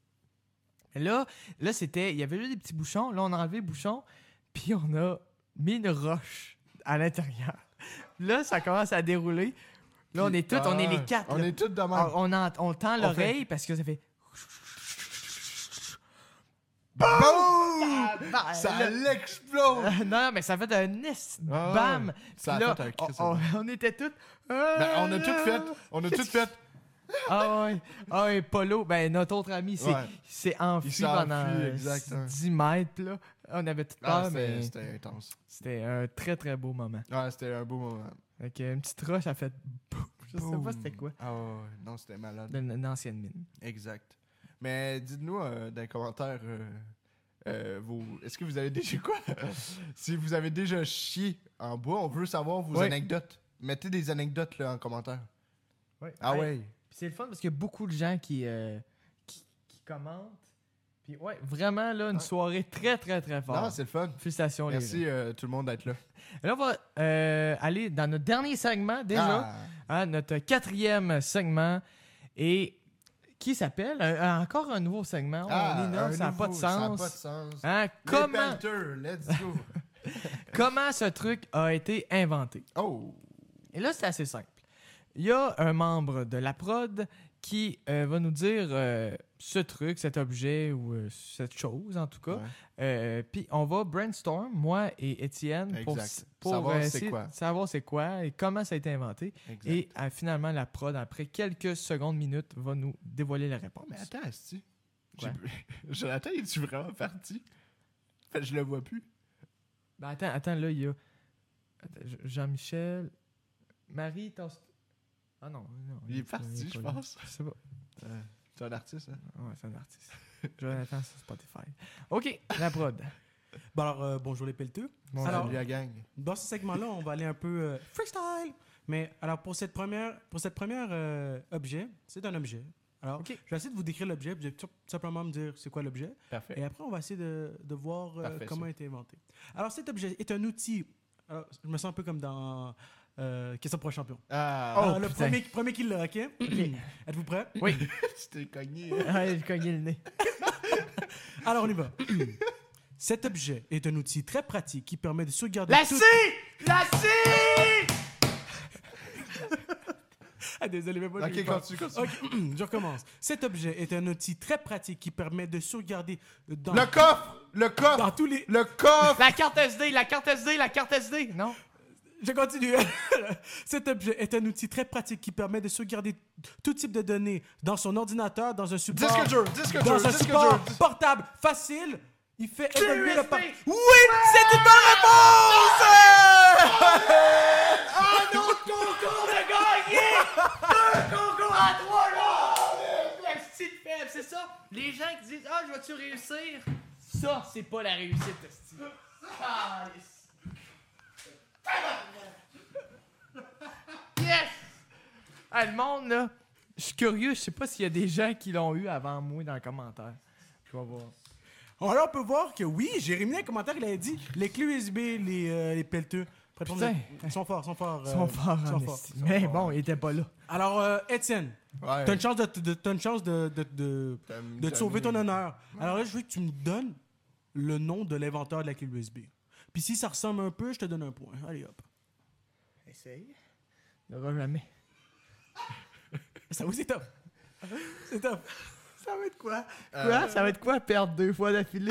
Mais là, là c'était. Il y avait juste des petits bouchons. Là, on a enlevé le bouchon, puis on a mis une roche à l'intérieur. Là, ça commence à dérouler. Là, on est tous, on est les quatre. Ah, On là. est tous de même. On, on en- on tend l'oreille parce que ça fait. Boum! Bah, Ça le- l'explose! Euh, non, mais ça a fait un est. Ah, Bam! Ça a Puis là, fait un on- Christ. on, on était tous. Ben, on a tout fait. On a tout fait. Ah ouais. Ah ouais, Polo, ben notre autre ami s'est Ouais. s'est enfui Il s'est enfui, pendant euh, exact, hein. 10 mètres. Là. On avait tout peur, Ah, c'était mais c'était intense. c'était un très très beau moment. Ouais, c'était un beau moment. Fait que une petite roche a fait boum. Je sais Boum. pas c'était quoi. Ben- Ah ouais, non, c'était malade. D'une d'une ancienne mine. Exact. Mais dites-nous euh, dans les commentaires, euh, euh, vos... est-ce que vous avez déjà quoi? si vous avez déjà chié en bois, on veut savoir vos Ouais. anecdotes. Mettez des anecdotes là, en commentaire. Ah ouais. Puis c'est le fun parce qu'il y a beaucoup de gens qui, euh, qui, qui commentent. Puis ouais, vraiment là, une Ouais. soirée très très très Non, forte. c'est le fun. Félicitations les gens. Merci euh, tout le monde d'être là. Et là, on va euh, aller dans notre dernier segment déjà. Ah. à notre quatrième segment et qui s'appelle un- un- encore un nouveau segment. Ah, on est là, un ça n'a pas de sens. nouveau, Ça n'a pas de sens. Hein, Les comment, Panthers, let's go. comment ce truc a été inventé? oh, Et là, c'est assez simple. Il y a un membre de la prod qui euh, va nous dire euh, ce truc, cet objet ou euh, cette chose en tout cas. Ouais. Euh, Puis on va brainstorm, moi et Étienne, pour, Exact. s- pour Savoir euh, c'est essayer de quoi. savoir c'est quoi et comment ça a été inventé. exact. Et euh, finalement, la prod, après quelques secondes, minutes, va nous dévoiler la réponse. Oh, mais attends, Asti. Quoi? J'ai- Jonathan, es-tu vraiment parti? Fait que je le vois plus. Ben, attends, attends, là, il y a Attends, Je- Jean-Michel, Marie, t'as... Ah non, non. Il est pas- parti, est je pas là. pense. Je sais pas. T'es un artiste, hein? Ouais, c'est un artiste. Jonathan sur Spotify. OK, la prod. Bon, alors, euh, bonjour les pelleteux. Bon, Alors- Salut la gang. Dans ce segment-là, on va aller un peu euh, freestyle. Mais alors, pour cette première, pour cette première euh, objet, c'est un objet. Alors, Ok. je vais essayer de vous décrire l'objet, puis vous allez tout simplement me dire c'est quoi l'objet. Parfait. Et après, on va essayer de, de voir euh, Parfait, comment ça. il a été inventé. Alors, cet objet est un outil. Alors, je me sens un peu comme dans euh, Question pour un champion. Ah, Alors, le putain. premier, premier qui l'a, OK? Êtes-vous prêts? Oui, tu t'es cogné. hein? Ah, j'ai cogné le nez. Alors, on y va. Cet objet est un outil très pratique qui permet de sauvegarder La tout- scie! La scie! Ah, désolé, mais moi, j'ai eu Ok, peur. continue, continue. Ok, je recommence. Cet objet est un outil très pratique qui permet de sauvegarder dans, Le coffre! Le dans coffre! tous les... Le coffre! La carte SD, la carte SD, la carte SD! Non? Je continue. Cet objet est un outil très pratique qui permet de sauvegarder tout type de données dans son ordinateur, dans un support... Disque dur! Disque dur! Dans un Disque support dur! dis- portable, facile, il fait évoluer le... USB. par- Oui! C'est une bonne réponse! Un autre concours de gagner! Deux concours à trois, là! La petite faible, c'est ça? Les gens qui disent « Ah, je vais-tu réussir? » Ça, c'est pas la réussite, esti. Ah, yes. Yes! Ah, le monde, là, je suis curieux. Je sais pas s'il y a des gens qui l'ont eu avant moi dans les commentaires. Je vais voir. Alors, on peut voir que oui, Jérémy, dans les commentaires, il a dit les clés USB, les, euh, les pelleteux. Après, Putain. Ils sont forts, ils sont forts. Ils euh, sont forts, ils en sont forts. esti. Mais bon, ils étaient pas là. Alors, euh, Étienne, Ouais. t'as une chance de, de- t'as une chance de, de, de- T'aimes- de te t'aimes- sauver ton honneur. Alors là, je veux que tu me donnes le nom de l'inventeur de la clé USB. Puis si ça ressemble un peu, je te donne un point. Allez hop. Essaye. Il n'aura jamais. Ça aussi, c'est top. C'est top. Ça va être quoi? Quoi? Ça va être quoi perdre deux fois d'affilée?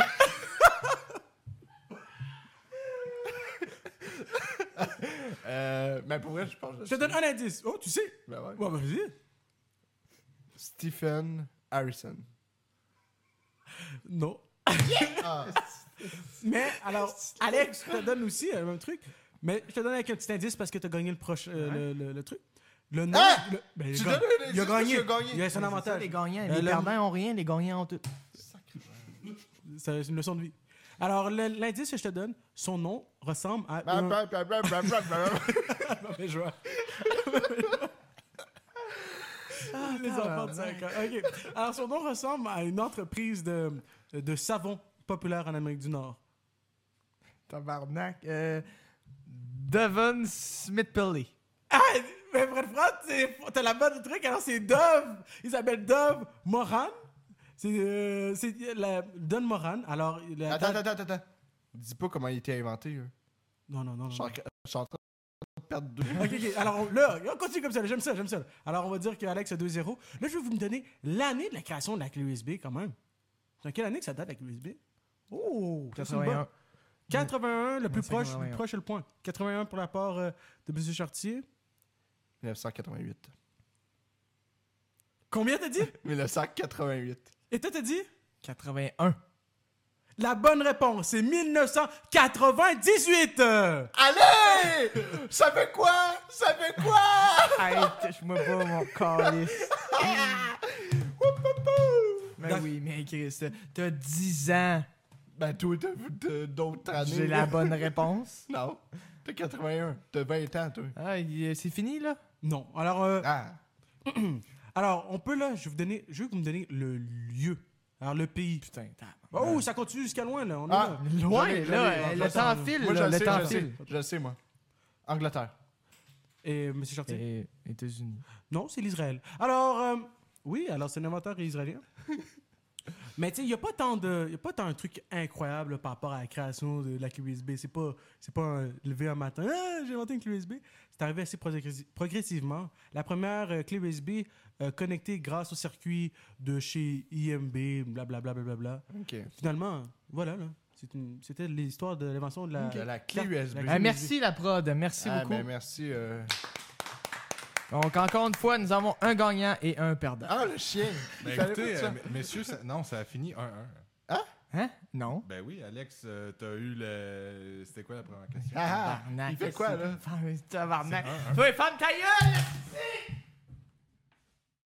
Euh, mais pour vrai, je pense que Je te donne un indice. Oh, tu sais. Ben ouais. Bon, ben, vas-y. Stephen Harrison. Non. Ah, Mais alors, Alex, je te donne aussi euh, le même truc. Mais je te donne avec un petit indice parce que tu as gagné le, proche, euh, le, le- le truc. Le nom. Hein? le- ben, il Tu a donnes un gagné. indice Il a parce gagné. qu'il a gagné. Il a son Ça, avantage. les gagnants, Euh, les le- perdants ont rien, les gagnants ont tout. C'est une leçon de vie. Alors, le- l'indice que je te donne, son nom ressemble à. bah, un- bah, bah, bah, bah, bah, bah. Mauvais joueur. Ah, Les enfants de 5 ans. OK. Alors, son nom ressemble à une entreprise de, de savon populaire en Amérique du Nord. Tabarnak. Euh, Devon smith pelly Ah! Mais Fred Franck, c'est- t'as la bonne truc. Alors, c'est Dove. Ils s'appellent Dove Moran. C'est euh, c'est la Don Moran. Alors, la- Attends, attends, attends, attends. Dis pas comment il a été inventé. là. Non, non, non. non. Je suis en- je suis en train de perdre deux. Ok, ok. Alors, on- là, on continue comme ça. là. J'aime ça, j'aime ça. Alors, on va dire qu'Alex a 2-0. Là, je vais vous me donner l'année de la création de la clé USB, quand même. Dans quelle année que ça date, la clé USB? Oh, ça, c'est une bonne. 81. 81, le plus Moins proche, 51. le proche est le point. 81 pour la part euh, de M. Chartier. 1988. Combien t'as dit 1988. Et toi, t'as dit 81. La bonne réponse, c'est 1998 euh. Allez! Ça fait quoi? Ça fait quoi? Hey, cache-moi pas mon calice. mais Ben oui, mais Chris, t'as- t'as 10 ans. Ben, toi, t'as vu de- d'autres années. J'ai là. la bonne réponse. Non. T'as 81. T'as 20 ans, toi. Ah, il- euh, c'est fini, là? Non. Alors, euh, Ah. alors, on peut là, je vais vous donner, je veux que vous me donnez le lieu. Alors, le pays. Putain, t'as... Oh, ça continue jusqu'à loin, là. On est Ah, là. Loin, j'allais- là, euh, j'allais- le temps file, Moi, je là, le le sais, temps je le sais. file. Je le sais, moi. Angleterre. Et M. Chartier Et Euh, États-Unis. Non, c'est l'Israël. Alors, euh, oui, alors c'est un inventeur israélien. Mais tu sais, il n'y a pas tant de, y a pas tant un truc incroyable par rapport à la création de la clé USB. C'est pas, c'est pas un, levé un matin, Ah, j'ai inventé une clé USB. C'est arrivé assez progressi- progressivement. La première euh, clé USB euh, connectée grâce au circuit de chez IMB, blablabla. Bla, bla, bla. OK. Finalement, voilà, là. C'est une- c'était l'histoire de l'invention de la. De la clé carte- USB. la Ah, merci, la prod. Merci Ah, beaucoup. ben, merci. euh. Donc, encore une fois, nous avons un gagnant et un perdant. Ah, le chien! Il Ben, fallait écoutez, pas ça. euh, m- messieurs, ça- non, ça a fini 1-1. Hein? Non. Ben oui, Alex, euh, t'as eu le. C'était quoi la première question? Ah, ah, Tabarnak, il fait quoi, là? c'est- Tabarnak. C'est un, un. Oui, femme ta gueule!